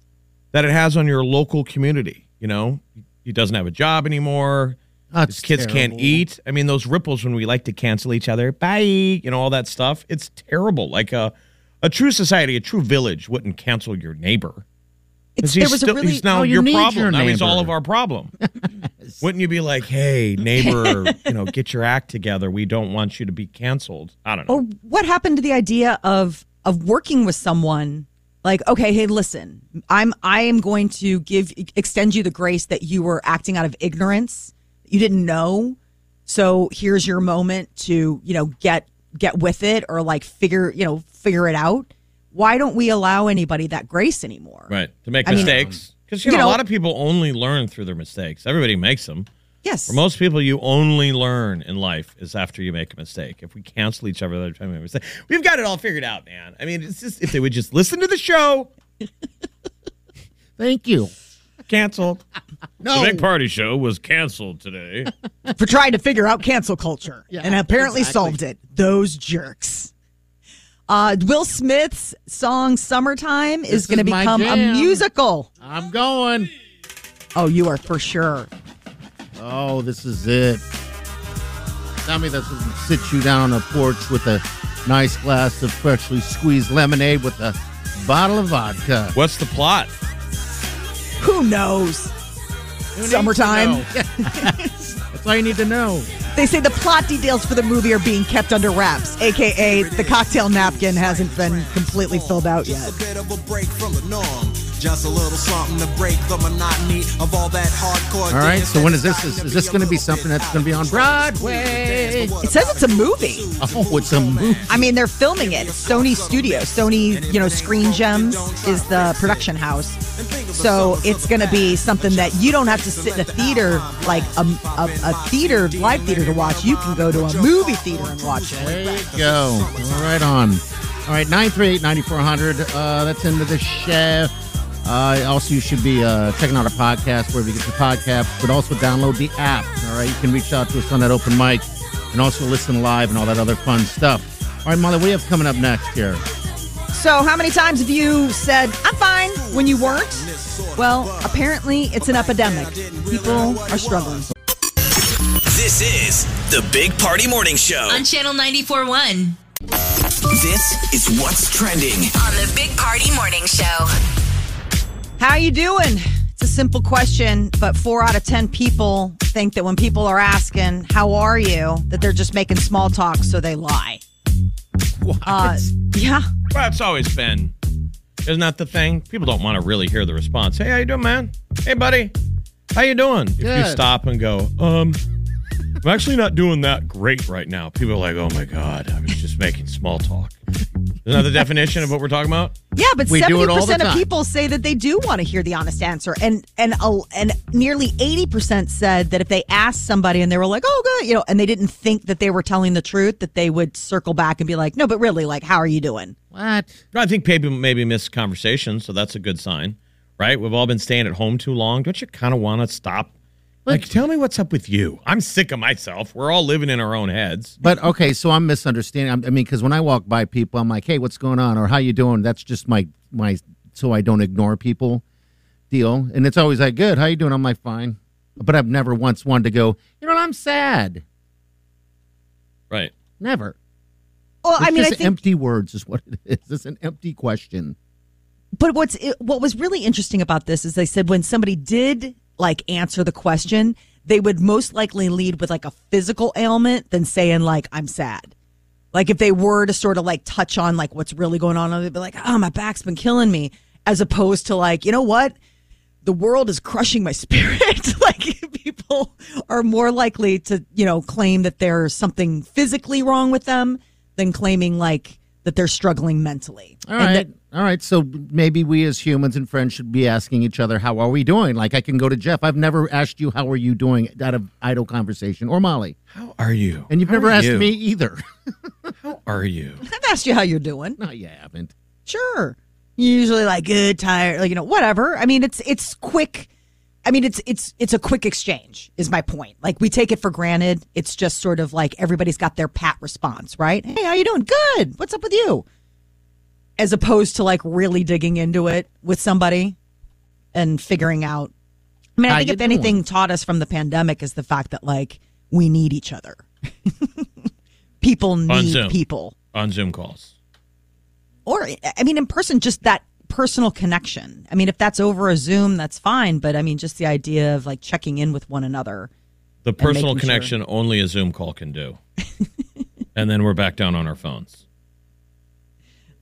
that it has on your local community. You know, he doesn't have a job anymore. That's His kids can't terrible. eat. I mean, those ripples when we like to cancel each other, bye, you know, all that stuff. It's terrible. Like a, a true society, a true village wouldn't cancel your neighbor. 'Cause It's, he's there was still- a really he's now Oh, you your need problem. your now he's all neighbor. of our problem. Wouldn't you be like, hey, neighbor, you know, get your act together. We don't want you to be canceled. I don't know. or what happened to the idea of of working with someone like okay hey listen i'm i am going to give extend you the grace that you were acting out of ignorance you didn't know so here's your moment to you know get get with it or like figure you know figure it out why don't we allow anybody that grace anymore Right. To make I mean- mistakes. Because, you, You know, know- a lot of people only learn through their mistakes. Everybody makes them. yes For most people, you only learn in life is after you make a mistake. If we cancel each other every time we make a mistake, we've got it all figured out, man. I mean, it's just if they would just listen to the show, Thank you. canceled. No. The big party show was canceled today. for trying to figure out cancel culture and apparently solved it. Those jerks. Uh, Will Smith's song Summertime This is going to is my become a jam. musical. I'm going. Oh, you are for sure. Oh, this is it. Tell me this doesn't sit you down on a porch with a nice glass of freshly squeezed lemonade with a bottle of vodka. What's the plot? Who knows? Summertime. That's all you need to know. They say the plot details for the movie are being kept under wraps, aka the cocktail napkin hasn't been completely filled out yet. Just a bit of a break from the norm. Just a little something to break the monotony of all that hardcore. All right, dance so when that's is this? starting Is- to is this a gonna be little something bit that's out gonna of be on control? Broadway? It says it's a movie. Oh, it's a movie. I mean, they're filming it. It's Sony Studio. Sony, you know, Screen Gems is the production house. So it's going to be something that you don't have to sit in a theater, like a, a, a theater, live theater to watch. You can go to a movie theater and watch it. There you go. Right on. All right, 938 9400. Uh, that's into the show. Uh, also, you should be uh, checking out our podcast wherever you get your podcasts, but also download the app. All right, you can reach out to us on that open mic and also listen live and all that other fun stuff. All right, Molly, what do you have coming up next here? So, how many times have you said, I'm fine, when you weren't? Well, apparently it's an epidemic. People are struggling. This is the Big Party Morning Show. On Channel 94.1. This is what's trending. on the Big Party Morning Show. How you doing? It's a simple question, but four out of ten people think that when people are asking "How are you," that they're just making small talk, so they lie. What? Uh, yeah, Well, it's always been. Isn't that the thing? People don't want to really hear the response. Hey, how you doing, man? Hey, buddy, how you doing? If Good. you stop and go, um, I'm actually not doing that great right now. People are like, oh my god, I was just making small talk. Isn't that the definition of what we're talking about? yeah, but We do seventy it all the percent of time. people say that they do want to hear the honest answer, and and a, and nearly eighty percent said that if they asked somebody and they were like, "Oh, good," you know, and they didn't think that they were telling the truth, that they would circle back and be like, "No, but really, like, how are you doing?" What? I think people maybe miss conversation, so that's a good sign, right? We've all been staying at home too long. Don't you kind of want to stop? Like, tell me what's up with you. I'm sick of myself. We're all living in our own heads. But okay, so I'm misunderstanding. I'm- I mean, because when I walk by people, I'm like, "Hey, what's going on?" or "How you doing?" That's just my my so I don't ignore people deal. And it's always like, "Good, how you doing?" I'm like, "Fine," but I've never once wanted to go. You know, what? I'm sad. Right. Never. Well, It's I mean, I just think empty words is what it is. It's an empty question. but what's what was really interesting about this is they said when somebody did like answer the question, they would most likely lead with like a physical ailment than saying like I'm sad. Like if they were to sort of like touch on like what's really going on, they'd be like, "Oh, my back's been killing me," as opposed to like, you know what, the world is crushing my spirit. like people are more likely to you know claim that there's something physically wrong with them than claiming like that they're struggling mentally. All And right. that- All right. So maybe we as humans and friends should be asking each other, how are we doing? Like I can go to Jeff. I've never asked you, how are you doing out of idle conversation or Molly. How are you? And you've How never are asked you? me either. How are you? I've asked you how you're doing. no, you haven't. Sure. You're usually like good, tired, like you know, whatever. I mean, it's it's quick. I mean, it's it's it's a quick exchange is my point. Like we take it for granted. It's just sort of like everybody's got their pat response, right? Hey, how you doing? Good. What's up with you? As opposed to like really digging into it with somebody and figuring out. I mean, I How think you if anything doing? taught us from the pandemic is the fact that like we need each other. people need Zoom. people On Zoom calls. or I mean, in person, just that personal connection. I mean, if that's over a Zoom, that's fine. But I mean, just the idea of like checking in with one another. The personal making connection only a Zoom call can do. and then we're back down on our phones.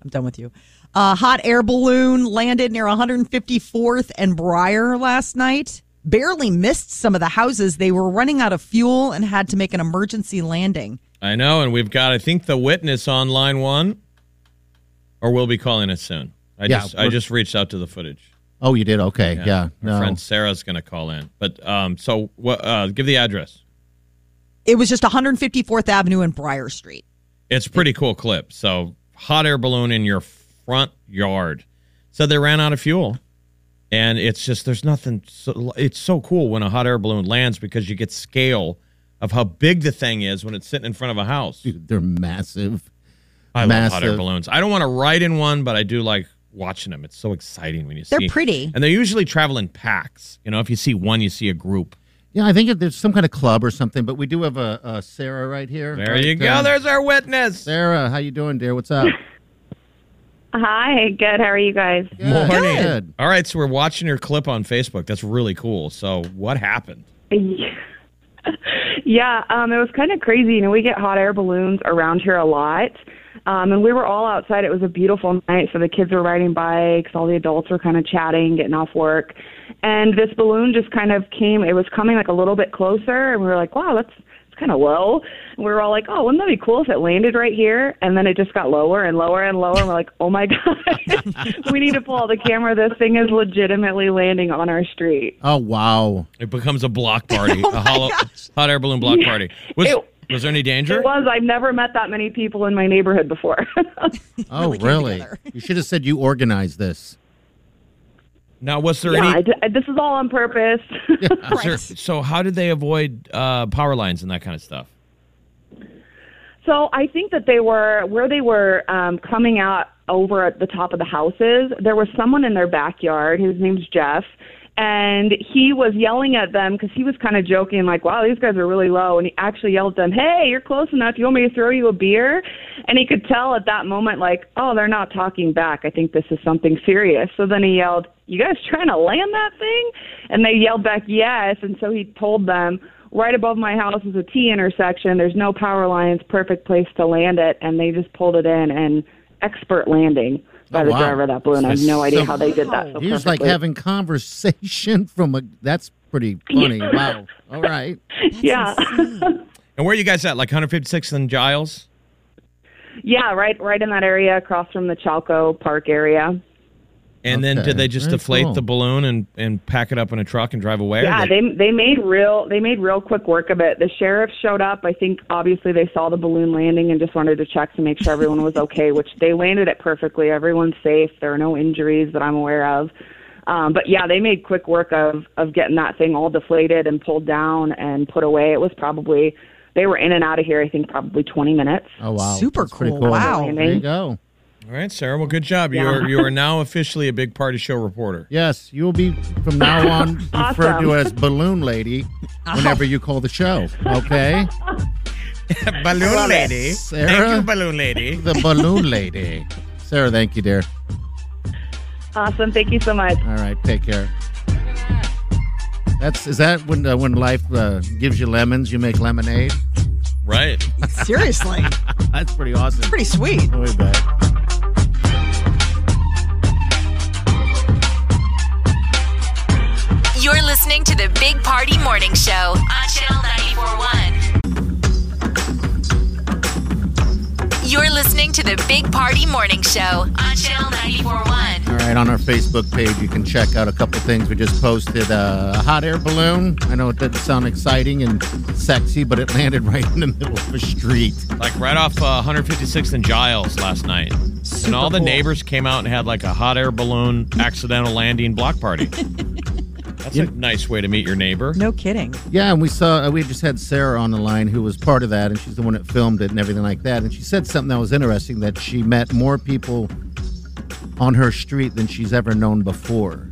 I'm done with you. Uh, hot air balloon landed near 154th and Briar last night. Barely missed some of the houses. They were running out of fuel and had to make an emergency landing. I know, and we've got I think the witness on line one. Or we'll be calling it soon. I Yeah, just I we're- just reached out to the footage. Oh, you did? Okay. Yeah. My no. friend Sarah's gonna call in. But um so what uh give the address. It was just 154th Avenue and Briar Street. It's a pretty cool clip. So hot air balloon in your front yard. So they ran out of fuel. And it's just there's nothing so, it's so cool when a hot air balloon lands because you get scale of how big the thing is when it's sitting in front of a house. Dude, they're massive. I love hot air massive. balloons. I don't want to ride in one, but I do like watching them. It's so exciting when you They're see pretty. And they usually travel in packs. You know, if you see one, you see a group. Yeah, I think if there's some kind of club or something, but we do have a, a Sarah right here. There Right, you go. uh, There's our witness. Sarah, how you doing, dear? What's up? Hi, good. How are you guys? Good, Morning. good. All right, so we're watching your clip on Facebook. That's really cool. So, what happened? Yeah, um, it was kind of crazy. You know, we get hot air balloons around here a lot. Um, and we were all outside. It was a beautiful night, so the kids were riding bikes, all the adults were kind of chatting, getting off work. And this balloon just kind of came, it was coming like a little bit closer, and we were like, wow, that's, that's kind of low. And we were all like, oh, wouldn't that be cool if it landed right here? And then it just got lower and lower and lower, and we're like, oh my God, we need to pull out the camera. This thing is legitimately landing on our street. Oh, wow. It becomes a block Oh party, a hollow, hot air balloon block party. Was It- was there any danger? It was. I've never met that many people in my neighborhood before. Oh, came really? together. You should have said you organized this. Now, was there any? yeah, I d- I- this is all on purpose. was there- Right. so, how did they avoid uh, power lines and that kind of stuff? so I think that they were where they were um, coming out over at the top of the houses. There was someone in their backyard. His name's Jeff, and he was yelling at them because he was kind of joking, like, wow, these guys are really low. And he actually yelled at them, hey, you're close enough. You want me to throw you a beer? And he could tell at that moment, like, oh, they're not talking back. I think this is something serious. So then he yelled, you guys trying to land that thing? And they yelled back, yes. And so he told them, right above my house is a T intersection. There's no power lines, perfect place to land it. And they just pulled it in and expert landing by Oh, the wow. driver of that balloon. I have no idea So- how they did Oh, that. So You're just like perfectly. having conversation from a. That's pretty funny. Wow. All right. yeah. And where are you guys at? Like 156th and Giles? Yeah, right, right in that area across from the Chalco Park area. And then Okay, did they just very deflate cool. the balloon and, and pack it up in a truck and drive away? Yeah, Or they they made real they made real quick work of it. The sheriff showed up. I think obviously they saw the balloon landing and just wanted to check to make sure everyone was okay, which they landed it perfectly. Everyone's safe. There are no injuries that I'm aware of. Um, but yeah, they made quick work of of getting that thing all deflated and pulled down and put away. It was probably they were in and out of here. I think probably 20 minutes. Oh wow. Super That's pretty cool. Wow. There you go. All right, Sarah. Well, good job. You are you are now officially a big party show reporter. Yes, you will be from now on referred Awesome. to as Balloon Lady whenever you call the show. Okay, balloon lady. Sarah. balloon lady. the Balloon Lady. Sarah, thank you, dear. Awesome. Thank you so much. All right, take care. That's is that when uh, when life uh, gives you lemons, you make lemonade. Right. Seriously, That's pretty awesome. pretty sweet. We'll be back. You're listening to the Big Party Morning Show on Channel 941. You're listening to the Big Party Morning Show on Channel 941. All right, on our Facebook page, you can check out a couple things we just posted. Uh, a hot air balloon. I know it didn't sound exciting and sexy, but it landed right in the middle of a street. Like right off uh, 156th and Giles last night. and all the cool. neighbors came out and had like a hot air balloon accidental landing block party. That's a nice way to meet your neighbor. No kidding. Yeah, and we saw uh, we just had Sarah on the line who was part of that, and she's the one that filmed it and everything like that. And she said something that was interesting that she met more people on her street than she's ever known before.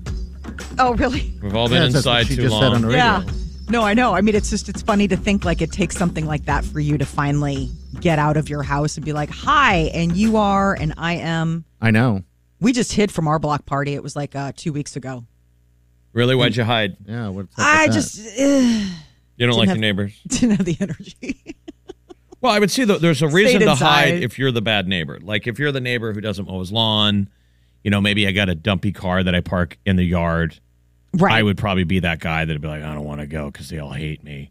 Oh, really? We've all Yeah, been that's what inside she too just said on the long. radio. Yeah. No, I know. I mean, it's just it's funny to think like it takes something like that for you to finally get out of your house and be like, "Hi," and you are, and I am. I know. We just hid from our block party. It was like uh, two weeks ago. Really? Mm. Why'd you hide? Yeah, what's up I with that? just ugh, You don't like have- your neighbors. didn't have the energy. Well, I would see that there's a reason to inside. hide if you're the bad neighbor. Like if you're the neighbor who doesn't mow his lawn, you know, maybe I got a dumpy car that I park in the yard. right. I would probably be that guy that'd be like, I don't want to go because they all hate me.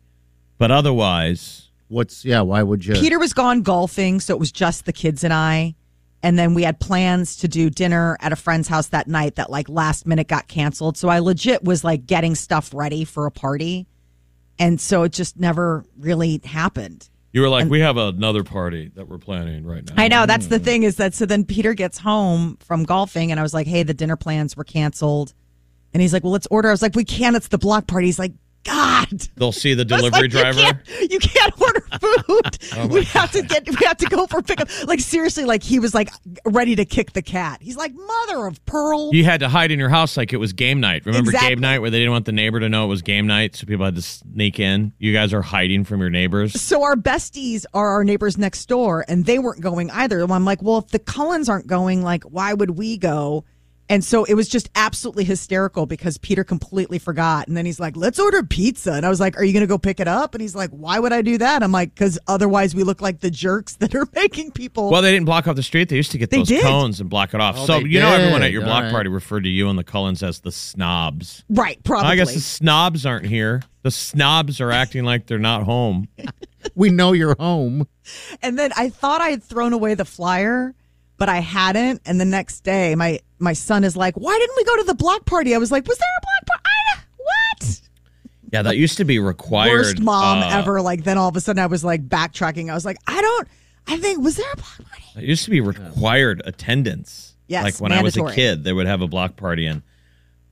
But otherwise, what's yeah? Why would you? Peter was gone golfing, so it was just the kids and I. And then we had plans to do dinner at a friend's house that night that like last minute got canceled. So I legit was like getting stuff ready for a party. And so it just never really happened. you were like, we have another party that we're planning right now. I know that's Mm. the thing is that so then Peter gets home from golfing and I was like, hey, the dinner plans were canceled. And he's like, well, let's order. I was like, we can't. It's the block party. He's like, God. They'll see the I was delivery like, driver. Oh You can't, you can't order food. we have to get. We have to go for pickup. Like seriously, like he was like ready to kick the cat. He's like, mother of pearl. You had to hide in your house like it was game night. Remember Exactly. game night where they didn't want the neighbor to know it was game night, so people had to sneak in. You guys are hiding from your neighbors. so our besties are our neighbors next door, and they weren't going either. And I'm like, well, if the Cullens aren't going, like, why would we go? And so it was just absolutely hysterical because Peter completely forgot. And then he's like, let's order pizza. And I was like, are you going to go pick it up? And he's like, why would I do that? I'm like, because otherwise we look like the jerks that are making people. Well, they didn't block off the street. They used to get They those did. cones and block it off. Oh, so they you know everyone at did. your All block right. party referred to you and the Cullens as the snobs. right, probably. I guess the snobs aren't here. The snobs are acting like they're not home. we know you're home. And then I thought I had thrown away the flyer, but I hadn't. And the next day, my my son is like, "Why didn't we go to the block party?" I was like, "Was there a block party? I, what?" Yeah, that used to be required. Worst mom uh, ever. Like then all of a sudden, I was like backtracking. I was like, "I don't. I think was there a block party?" It used to be required attendance. Yes, like when I was mandatory. a kid, they would have a block party, and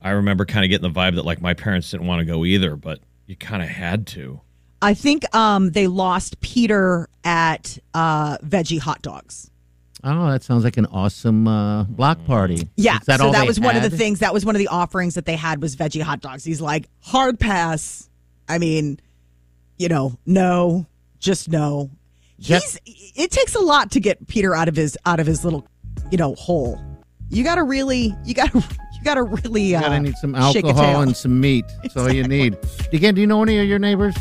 I remember kind of getting the vibe that like my parents didn't want to go either, but you kind of had to. I think um they lost Peter at uh veggie hot dogs. oh, that sounds like an awesome uh, block party. Yeah, Is that so all that they was one of the had? things. That was one of the offerings that they had was veggie hot dogs. He's like hard pass. I mean, you know, no, just no. Yep. He's. It takes a lot to get Peter out of his out of his little, you know, hole. You gotta really. You gotta. You gotta really. You uh, gotta need some shake a tail. alcohol and some meat. That's all you need. Again, do you know any of your neighbors?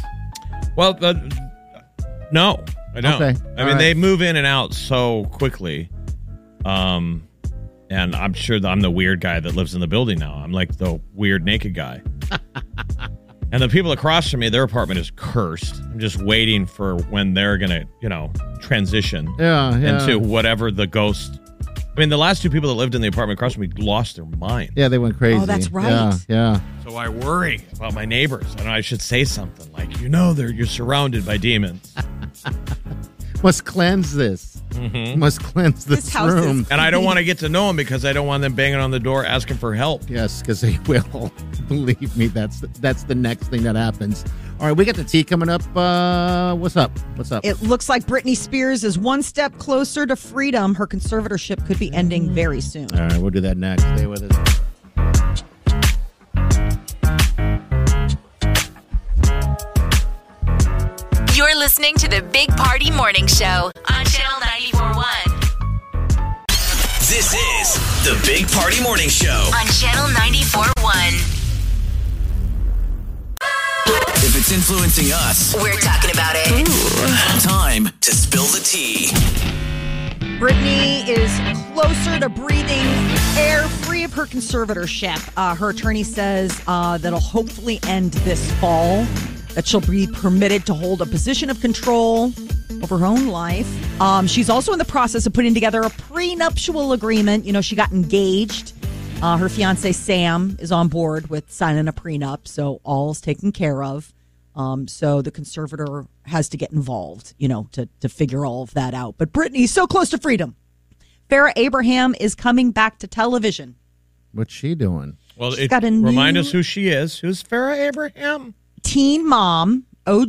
Well, uh, no, I don't. Okay, I all mean, right. they move in and out so quickly. Um, and I'm sure that I'm the weird guy that lives in the building now. I'm like the weird naked guy. and the people across from me, their apartment is cursed. I'm just waiting for when they're gonna, you know, transition Yeah, yeah. into whatever the ghost. I mean, the last two people that lived in the apartment across from me lost their mind. Yeah, they went crazy. Oh, that's right. Yeah, yeah. So I worry about my neighbors. I know I should say something like, you know, they're you're surrounded by demons. Must cleanse this. Must cleanse this, This house is- room. And I don't want to get to know them because I don't want them banging on the door asking for help. Yes, because they will. Believe me, that's that's the next thing that happens. All right, we got the tea coming up. Uh, what's up? What's up? It looks like Britney Spears is one step closer to freedom. Her conservatorship could be ending very soon. All right, we'll do that next. Stay with us. You're listening to the Big Party Morning Show on Channel 941. This is the Big Party Morning Show. On Channel 941. If it's influencing us, We're talking about it. time to spill the tea. Brittany is closer to breathing air free of her conservatorship. Uh, her attorney says uh, that'll hopefully end this fall, that she'll be permitted to hold a position of control over her own life. Um, she's also in the process of putting together a prenuptial agreement. You know, she got engaged. Uh, her fiance, Sam, is on board with signing a prenup, so all's taken care of. Um, so the conservator has to get involved, you know, to to figure all of that out. But Brittany's so close to freedom. Farrah Abraham is coming back to television. What's she doing? Well, She's got a remind new- us who she is. Who's Farrah Abraham? Teen Mom, OG.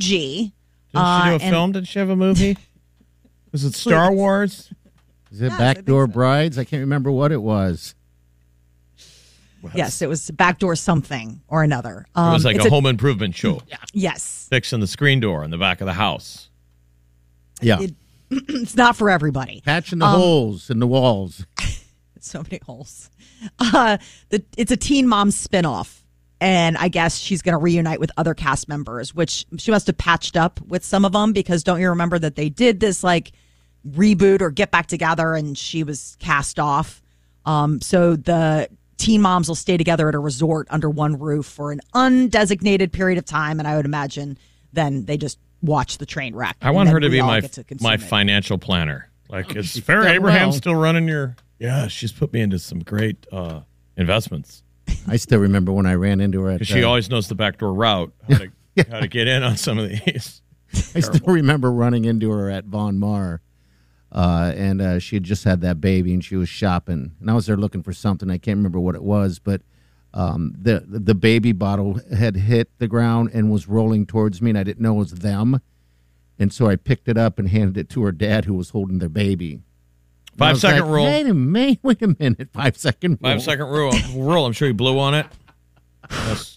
Did Uh, she do a and- film? Did she have a movie? Was it Star Wars? Is it backdoor brides? I can't remember what it was. Yes, it was backdoor something or another. Um, it was like it's a, home improvement show, Yes, fixing the screen door in the back of the house. Yeah, it's not for everybody. patching the holes in the walls. so many holes. Uh, the, it's a Teen Mom spinoff. And I guess she's going to reunite with other cast members, which she must have patched up with some of them because don't you remember that they did this like reboot or get back together and she was cast off? Um, so the teen moms will stay together at a resort under one roof for an undesignated period of time. And I would imagine then they just watch the train wreck. I and want then her to we be all my get to consume my it. financial planner. Like, is she's Farrah done Abraham well. still running your? Yeah, she's put me into some great uh, investments. I still remember when I ran into her. At, 'Cause She uh, always knows the backdoor route, how to, how to get in on some of these. I still remember running into her at Von Mar, uh, and uh, she had just had that baby, and she was shopping, and I was there looking for something. I can't remember what it was, but um, the the baby bottle had hit the ground and was rolling towards me, and I didn't know it was them, and so I picked it up and handed it to her dad, who was holding their baby. And I Five was second like, rule. Wait a minute. Wait a minute. Five second rule. Five second rule. Rule. I'm sure he blew on it.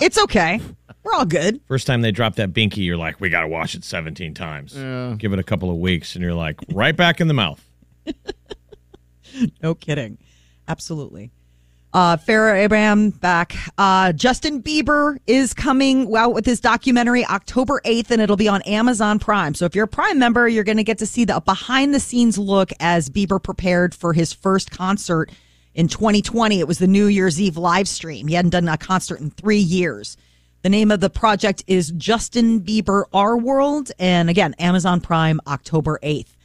It's okay. We're all good. First time they drop that binky, you're like, we got to wash it 17 times. Give it a couple of weeks, and you're like, right back in the mouth. No kidding. Absolutely. Uh, Farrah Abraham back. Uh, Justin Bieber is coming out with his documentary October 8th, and it'll be on Amazon Prime. So if you're a Prime member, you're going to get to see the behind the scenes look as Bieber prepared for his first concert in 2020. It was the New Year's Eve live stream. He hadn't done a concert in three years. The name of the project is Justin Bieber Our World. And again, Amazon Prime, October 8th.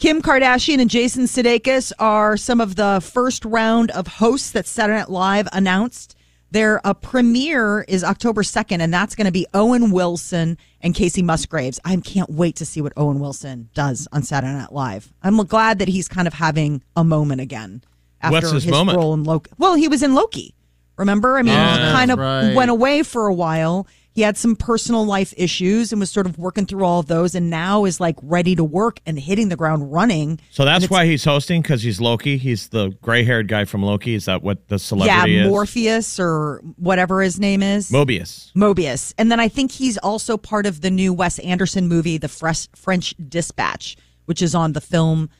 Kim Kardashian and Jason Sudeikis are some of the first round of hosts that Saturday Night Live announced. Their uh, premiere is October 2nd, and that's going to be Owen Wilson and Casey Musgraves. I can't wait to see what Owen Wilson does on Saturday Night Live. I'm glad that he's kind of having a moment again after What's his moment? role in Loki. Well, he was in Loki. Remember? I mean, he kind of right. went away for a while. He had some personal life issues and was sort of working through all of those and now is like ready to work and hitting the ground running. So that's why he's hosting because he's Loki. He's the gray-haired guy from Loki. Is that what the yeah, celebrity is? Morpheus or whatever his name is. Mobius. Mobius. And then I think he's also part of the new Wes Anderson movie, The Fres- French Dispatch, which is on the film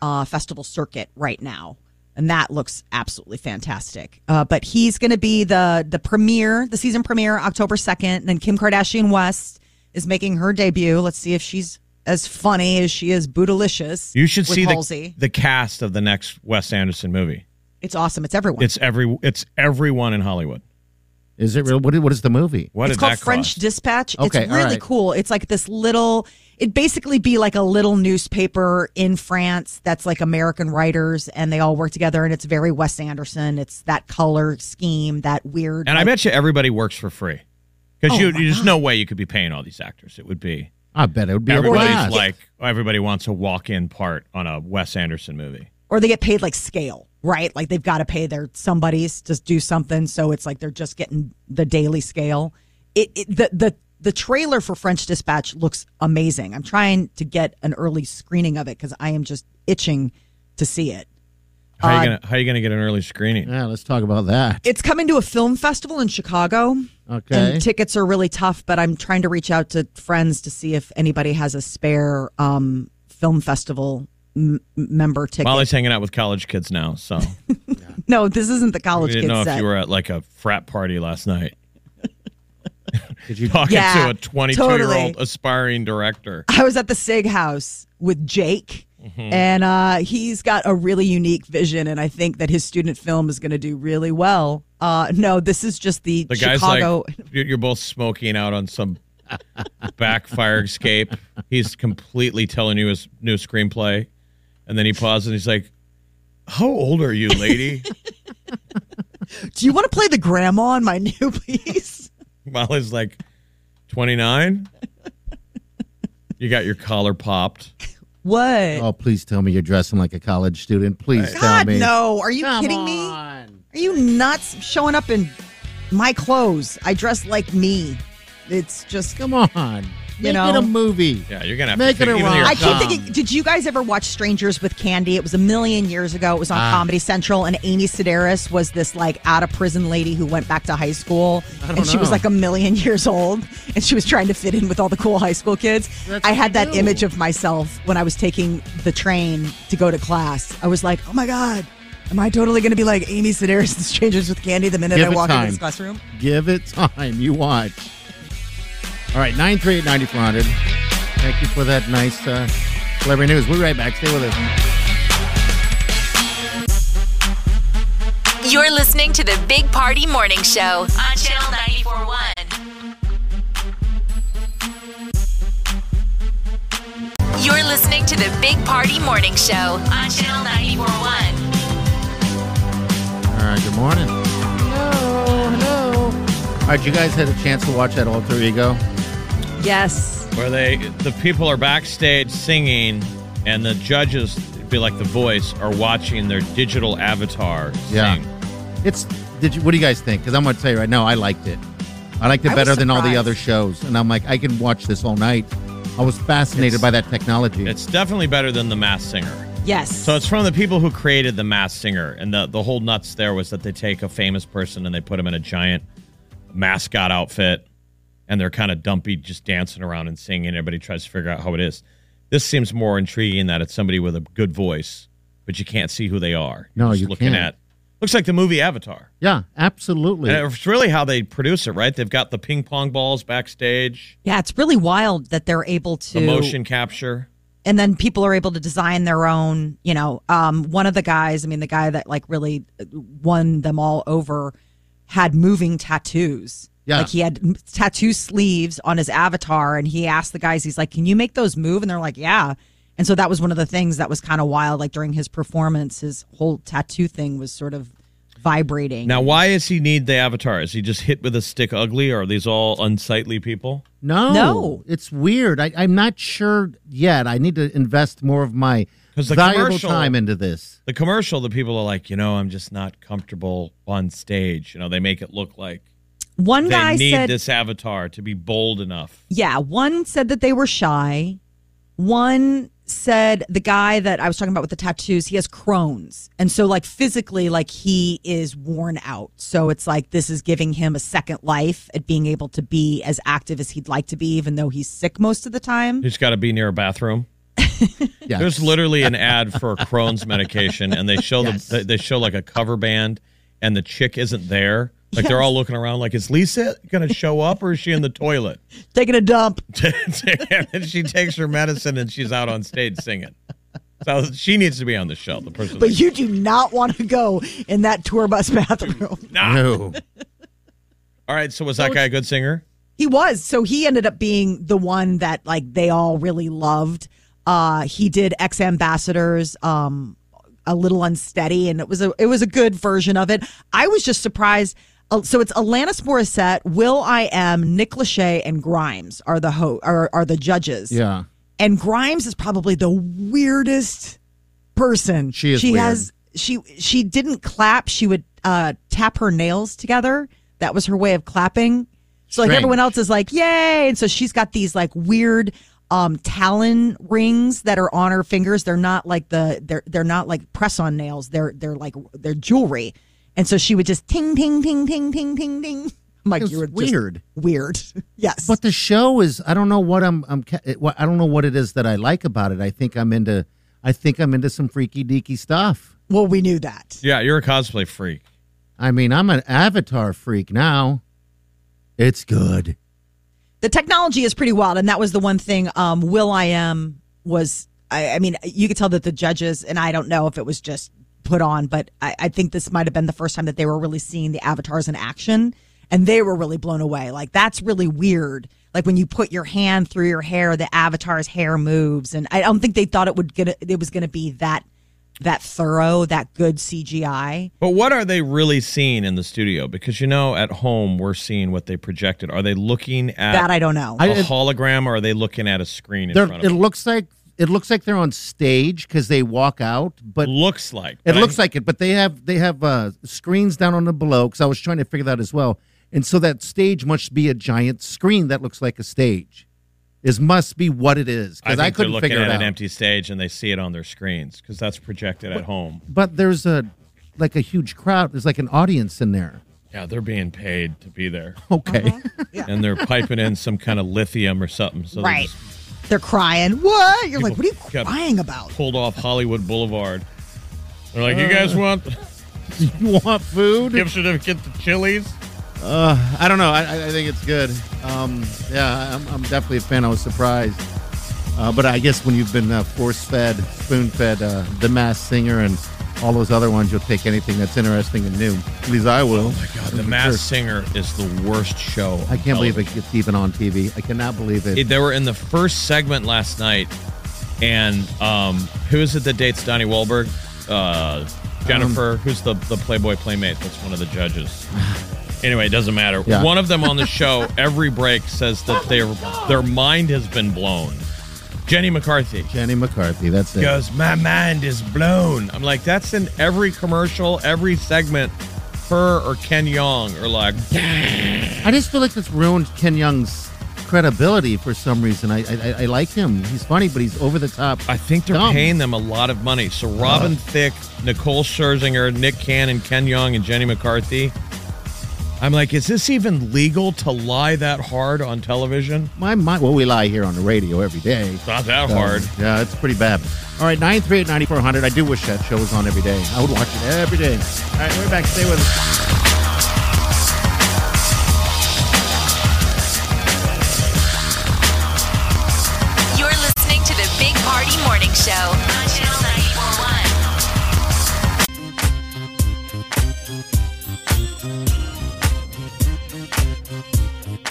uh, festival circuit right now. And that looks absolutely fantastic. Uh, but he's going to be the the premiere, the season premiere, October 2nd. And then Kim Kardashian West is making her debut. Let's see if she's as funny as she is bootylicious. You should with see the, Halsey. the cast of the next Wes Anderson movie. It's awesome. It's everyone. It's every it's everyone in Hollywood. Is it real? What is, what is the movie? What it's did called that French cost? Dispatch. Okay, it's all really right. cool. It's like this little. It'd basically be like a little newspaper in France that's like American writers, and they all work together, and it's very Wes Anderson. It's that color scheme, that weird. and I bet you everybody works for free because Oh you my there's no way you could be paying all these actors. It would be I bet it would be a everybody's blast. like everybody wants a walk-in part on a Wes Anderson movie. or they get paid like scale, right? Like they've got to pay their somebody's to do something, so it's like they're just getting the daily scale. It, it the the the trailer for French Dispatch looks amazing. I'm trying to get an early screening of it because I am just itching to see it. How Uh, are you gonna How you gonna get an early screening? yeah, let's talk about that. It's coming to a film festival in Chicago. Okay. And tickets are really tough, but I'm trying to reach out to friends to see if anybody has a spare um, film festival m- member ticket. Molly's hanging out with college kids now, so we no, this isn't the college didn't kids know set. if you were at like a frat party last night. Did you talking Yeah, to a 22 year totally. old aspiring director? I was at the Sig House with Jake, Mm-hmm. and uh, he's got a really unique vision, and I think that his student film is going to do really well. Uh, no, this is just the, The guy's Chicago. like, "You're- you're both smoking out on some backfire escape. He's completely telling you his new screenplay. And then he pauses and he's like, how old are you, lady? Do you want to play the grandma in my new piece? Molly's like, 29? You got your collar popped. what? oh, please tell me you're dressing like a college student. Please tell Eh. God, me. no. Are you Come kidding on. me? Are you nuts? Showing up in my clothes. I dress like me. It's just, Come on. Make know. it a movie. Yeah, you're going to have Make to it a figure rom- I keep Um, thinking, did you guys ever watch Strangers with Candy? It was a million years ago. It was on Ah. Comedy Central, and Amy Sedaris was this like out of prison lady who went back to high school, and she was know. like a million years old, and she was trying to fit in with all the cool high school kids. That's I had what that you do. image of myself when I was taking the train to go to class. I was like, oh my god. Am I totally going to be like Amy Sedaris in Strangers with Candy the minute Give I it walk time. into this classroom? Give it time. You watch. All right, 938 9400. Thank you for that nice uh, celebrity news. We'll be right back. Stay with us. You're listening to the Big Party Morning Show on Channel 941. You're listening to the Big Party Morning Show on Channel 941. All right, good morning. Hello, hello. All right, you guys had a chance to watch that alter ego. Yes. where they the people are backstage singing and the judges it'd be like the voice are watching their digital avatar sing. Yeah. It's did you? What do you guys think? Because I'm going to tell you right now, I liked it. I liked I it was better than all the surprised. other shows, and I'm like, I can watch this all night. I was fascinated It's- by that technology. It's definitely better than the mass singer. Yes. So it's from the people who created the mass singer and the the whole nuts there was that they take a famous person and they put them in a giant mascot outfit and they're kind of dumpy just dancing around and singing everybody tries to figure out how it is. This seems more intriguing that it's somebody with a good voice, but you can't see who they are. You're No, just you looking can't. at looks like the movie Avatar. yeah, absolutely. And it's really how they produce it, right? They've got the ping pong balls backstage, yeah, it's really wild that they're able to the motion capture. and then people are able to design their own you know um, one of the guys i mean the guy that like really won them all over had moving tattoos Yeah. like he had m- tattoo sleeves on his avatar and he asked the guys he's like can you make those move and they're like yeah and so that was one of the things that was kind of wild like during his performance his whole tattoo thing was sort of vibrating Now, why does he need the avatar? Is he just hit with a stick ugly, or are these all unsightly people? No, No. it's weird. I, I'm not sure yet. I need to invest more of my 'Cause the valuable commercial- time into this. The commercial, the people are like, you know, I'm just not comfortable on stage. You know, they make it look like One They guy need said, this avatar to be bold enough. Yeah, one said that they were shy. One said the guy that I was talking about with the tattoos, he has Crohn's. And so like physically like he is worn out. So it's like this is giving him a second life at being able to be as active as he'd like to be even though he's sick most of the time. He's got to be near a bathroom. Yeah. There's literally an ad for Crohn's medication, and they show the they- they show like a cover band, and the chick isn't there. Like they're all looking around, like is Lisa gonna show up or is she in the toilet? Taking a dump. and she takes her medicine and she's out on stage singing. So she needs to be on the show. The person, But you do not want to go in that tour bus bathroom. no. all right. So was that guy a good singer? He was. So he ended up being the one that like they all really loved. Uh he did ex ambassadors um a little unsteady and it was a it was a good version of it. I was just surprised Uh, so it's Alanis Morissette, Will I Am, Nick Lachey, and Grimes are the ho are, are the judges. Yeah. And Grimes is probably the weirdest person. She is She weird. has she she didn't clap. She would uh tap her nails together. That was her way of clapping. So like Strange. everyone else is like, "Yay!" And so she's got these like weird um talon rings that are on her fingers. They're not like the they're they're not like press-on nails. They're they're like they're jewelry. And so she would just ting ting ting ting ting ting ting. I'm like, It's you're just weird. Weird. yes. But the show is I don't know what I'm I'm ca- it- what- I don't know what it is that I like about it. I think I'm into I think I'm into some freaky deaky stuff. well, we knew that. Yeah, you're a cosplay freak. I mean, I'm an avatar freak now. It's good. the technology is pretty wild and that was the one thing um will i am was I, I mean you could tell that the judges and i don't know if it was just put on but i, I think this might have been the first time that they were really seeing the avatars in action and they were really blown away like that's really weird like when you put your hand through your hair the avatar's hair moves and i don't think they thought it would get it was going to be that that thorough that good cgi But what are they really seeing in the studio? Because you know, at home we're seeing what they projected. Are they looking at that i don't know a I- it- hologram or are they looking at a screen in They're, front it of them? looks like it looks like they're on stage because they walk out, but looks like. It looks like it, but they have they have uh, screens down on the below because I was trying to figure that as well. And so that stage must be a giant screen that looks like a stage. Is must be what it is because I think I, they're couldn't looking figure at it out. an empty stage and they see it on their screens because that's projected at home. but there's a like a huge crowd. There's like an audience in there. Yeah, they're being paid to be there, Okay, Uh-huh. and they're piping in some kind of lithium or something. So they right just they're crying what you're like what are you kept- crying about pulled off Hollywood Boulevard. They're Uh. like, "You guys want you want food? gift certificate to Chili's?" I don't know. I- I, I think it's good. Um, yeah, I'm, I'm definitely a fan. I was surprised, uh, but I guess when you've been uh, force fed, spoon fed, uh, The Masked Singer, and all those other ones, you'll take anything that's interesting and new. At least I will. Oh my god, The Masked Singer is the worst show. I can't believe it gets even on TV. I cannot believe Oh. it. it- they were in the first segment last night, and um, who is it that dates Donnie Wahlberg? Uh, Um, Jennifer, who's the the Playboy playmate? That's one of the judges. Anyway, it doesn't matter. Yeah. One of them on the show every break says that their their mind has been blown. Jenny McCarthy Jenny McCarthy. That's it. goes, "My mind is blown." I'm like, that's in every commercial, every segment. Her or Ken Young are like, I just feel like it's ruined Ken Young's credibility for some reason. I I, I- I like him. He's funny, but he's over the top. I think they're dumb. paying them a lot of money. So Robin Thicke, Nicole Scherzinger, Nick Cannon, Ken Young, and Jenny McCarthy. I'm like, is this even legal to lie that hard on television? My mind. Well, we lie here on the radio every day. It's not that So, hard. Yeah, it's pretty bad. All right, 938 9400. I do wish that show was on every day. I would watch it every day. All right, we're back. Stay with us. You're listening to the Big Party Morning Show on Channel 941.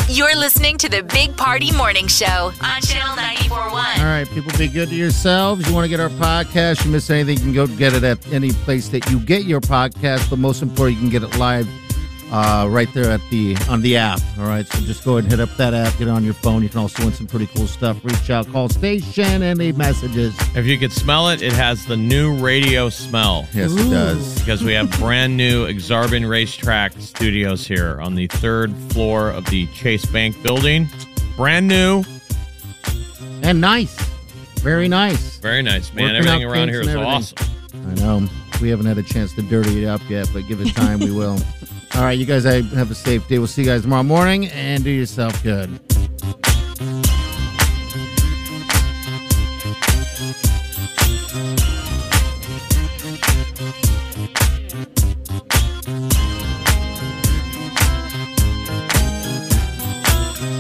You're listening to the Big Party Morning Show on Channel 941. All right, people, be good to yourselves. You want to get our podcast, you miss anything, you can go get it at any place that you get your podcast, but most important, you can get it live uh, right there at the on the app. All right, so just go ahead and hit up that app. Get it on your phone. You can also win some pretty cool stuff. Reach out, call station, and leave messages. If you could smell it, it has the new radio smell. Yes, it does. Because we have brand new Exarban Racetrack Studios here on the third floor of the Chase Bank building. Brand new. And nice, very nice. Very nice, man. Working everything out around kinks here and is everything. awesome. I know we haven't had a chance to dirty it up yet, but give it time, we will. All right, you guys, I have a safe day. We'll see you guys tomorrow morning, and do yourself good.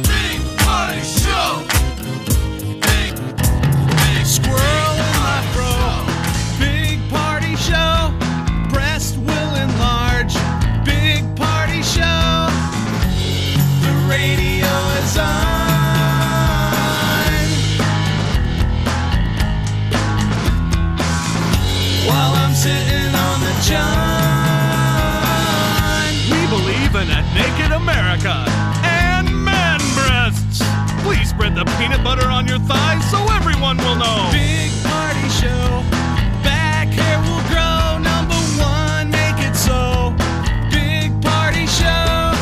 Big Party Show. Big, big squirrel in my bro. Big Party Show. Breast will enlarge. Big Party Show. The radio is on. While I'm sitting on the john. We believe in a naked America and man breasts. Please spread the peanut butter on your thighs so everyone will know. Big party show. Back hair will grow. Number one, make it so. Big party show.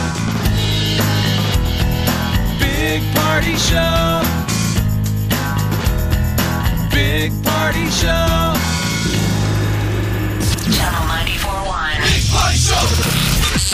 Big party show. Big party show. Channel 941.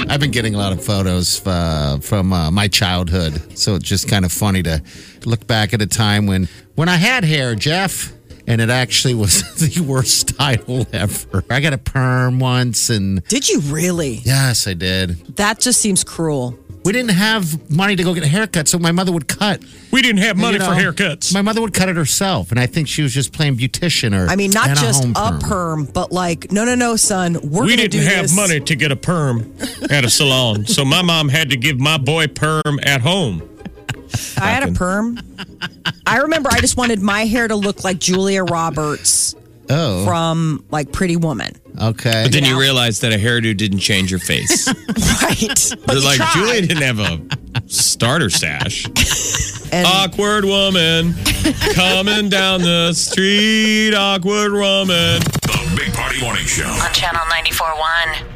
I've been getting a lot of photos uh, from uh, my childhood, so it's just kind of funny to look back at a time when when I had hair, Jeff, and it actually was the worst style ever. I got a perm once, and Did you really? yes, I did. That just seems cruel. We didn't have money to go get a haircut, so my mother would cut. We didn't have money You for know, haircuts. My mother would cut it herself, and I think she was just playing beautician or I mean, not and just home a perm. but like, no, no, no, son, we're we gonna didn't do have this. money to get a perm at a salon, so my mom had to give my boy perm at home. I had a perm. I remember I just wanted my hair to look like Julia Roberts Oh, from like Pretty Woman, okay. Then you know? realize that a hairdo didn't change your face. right? But They're you like tried. Julia didn't have a starter sash. And uh, awkward woman coming down the street. Awkward woman. The Big Party Morning Show. On Channel 941.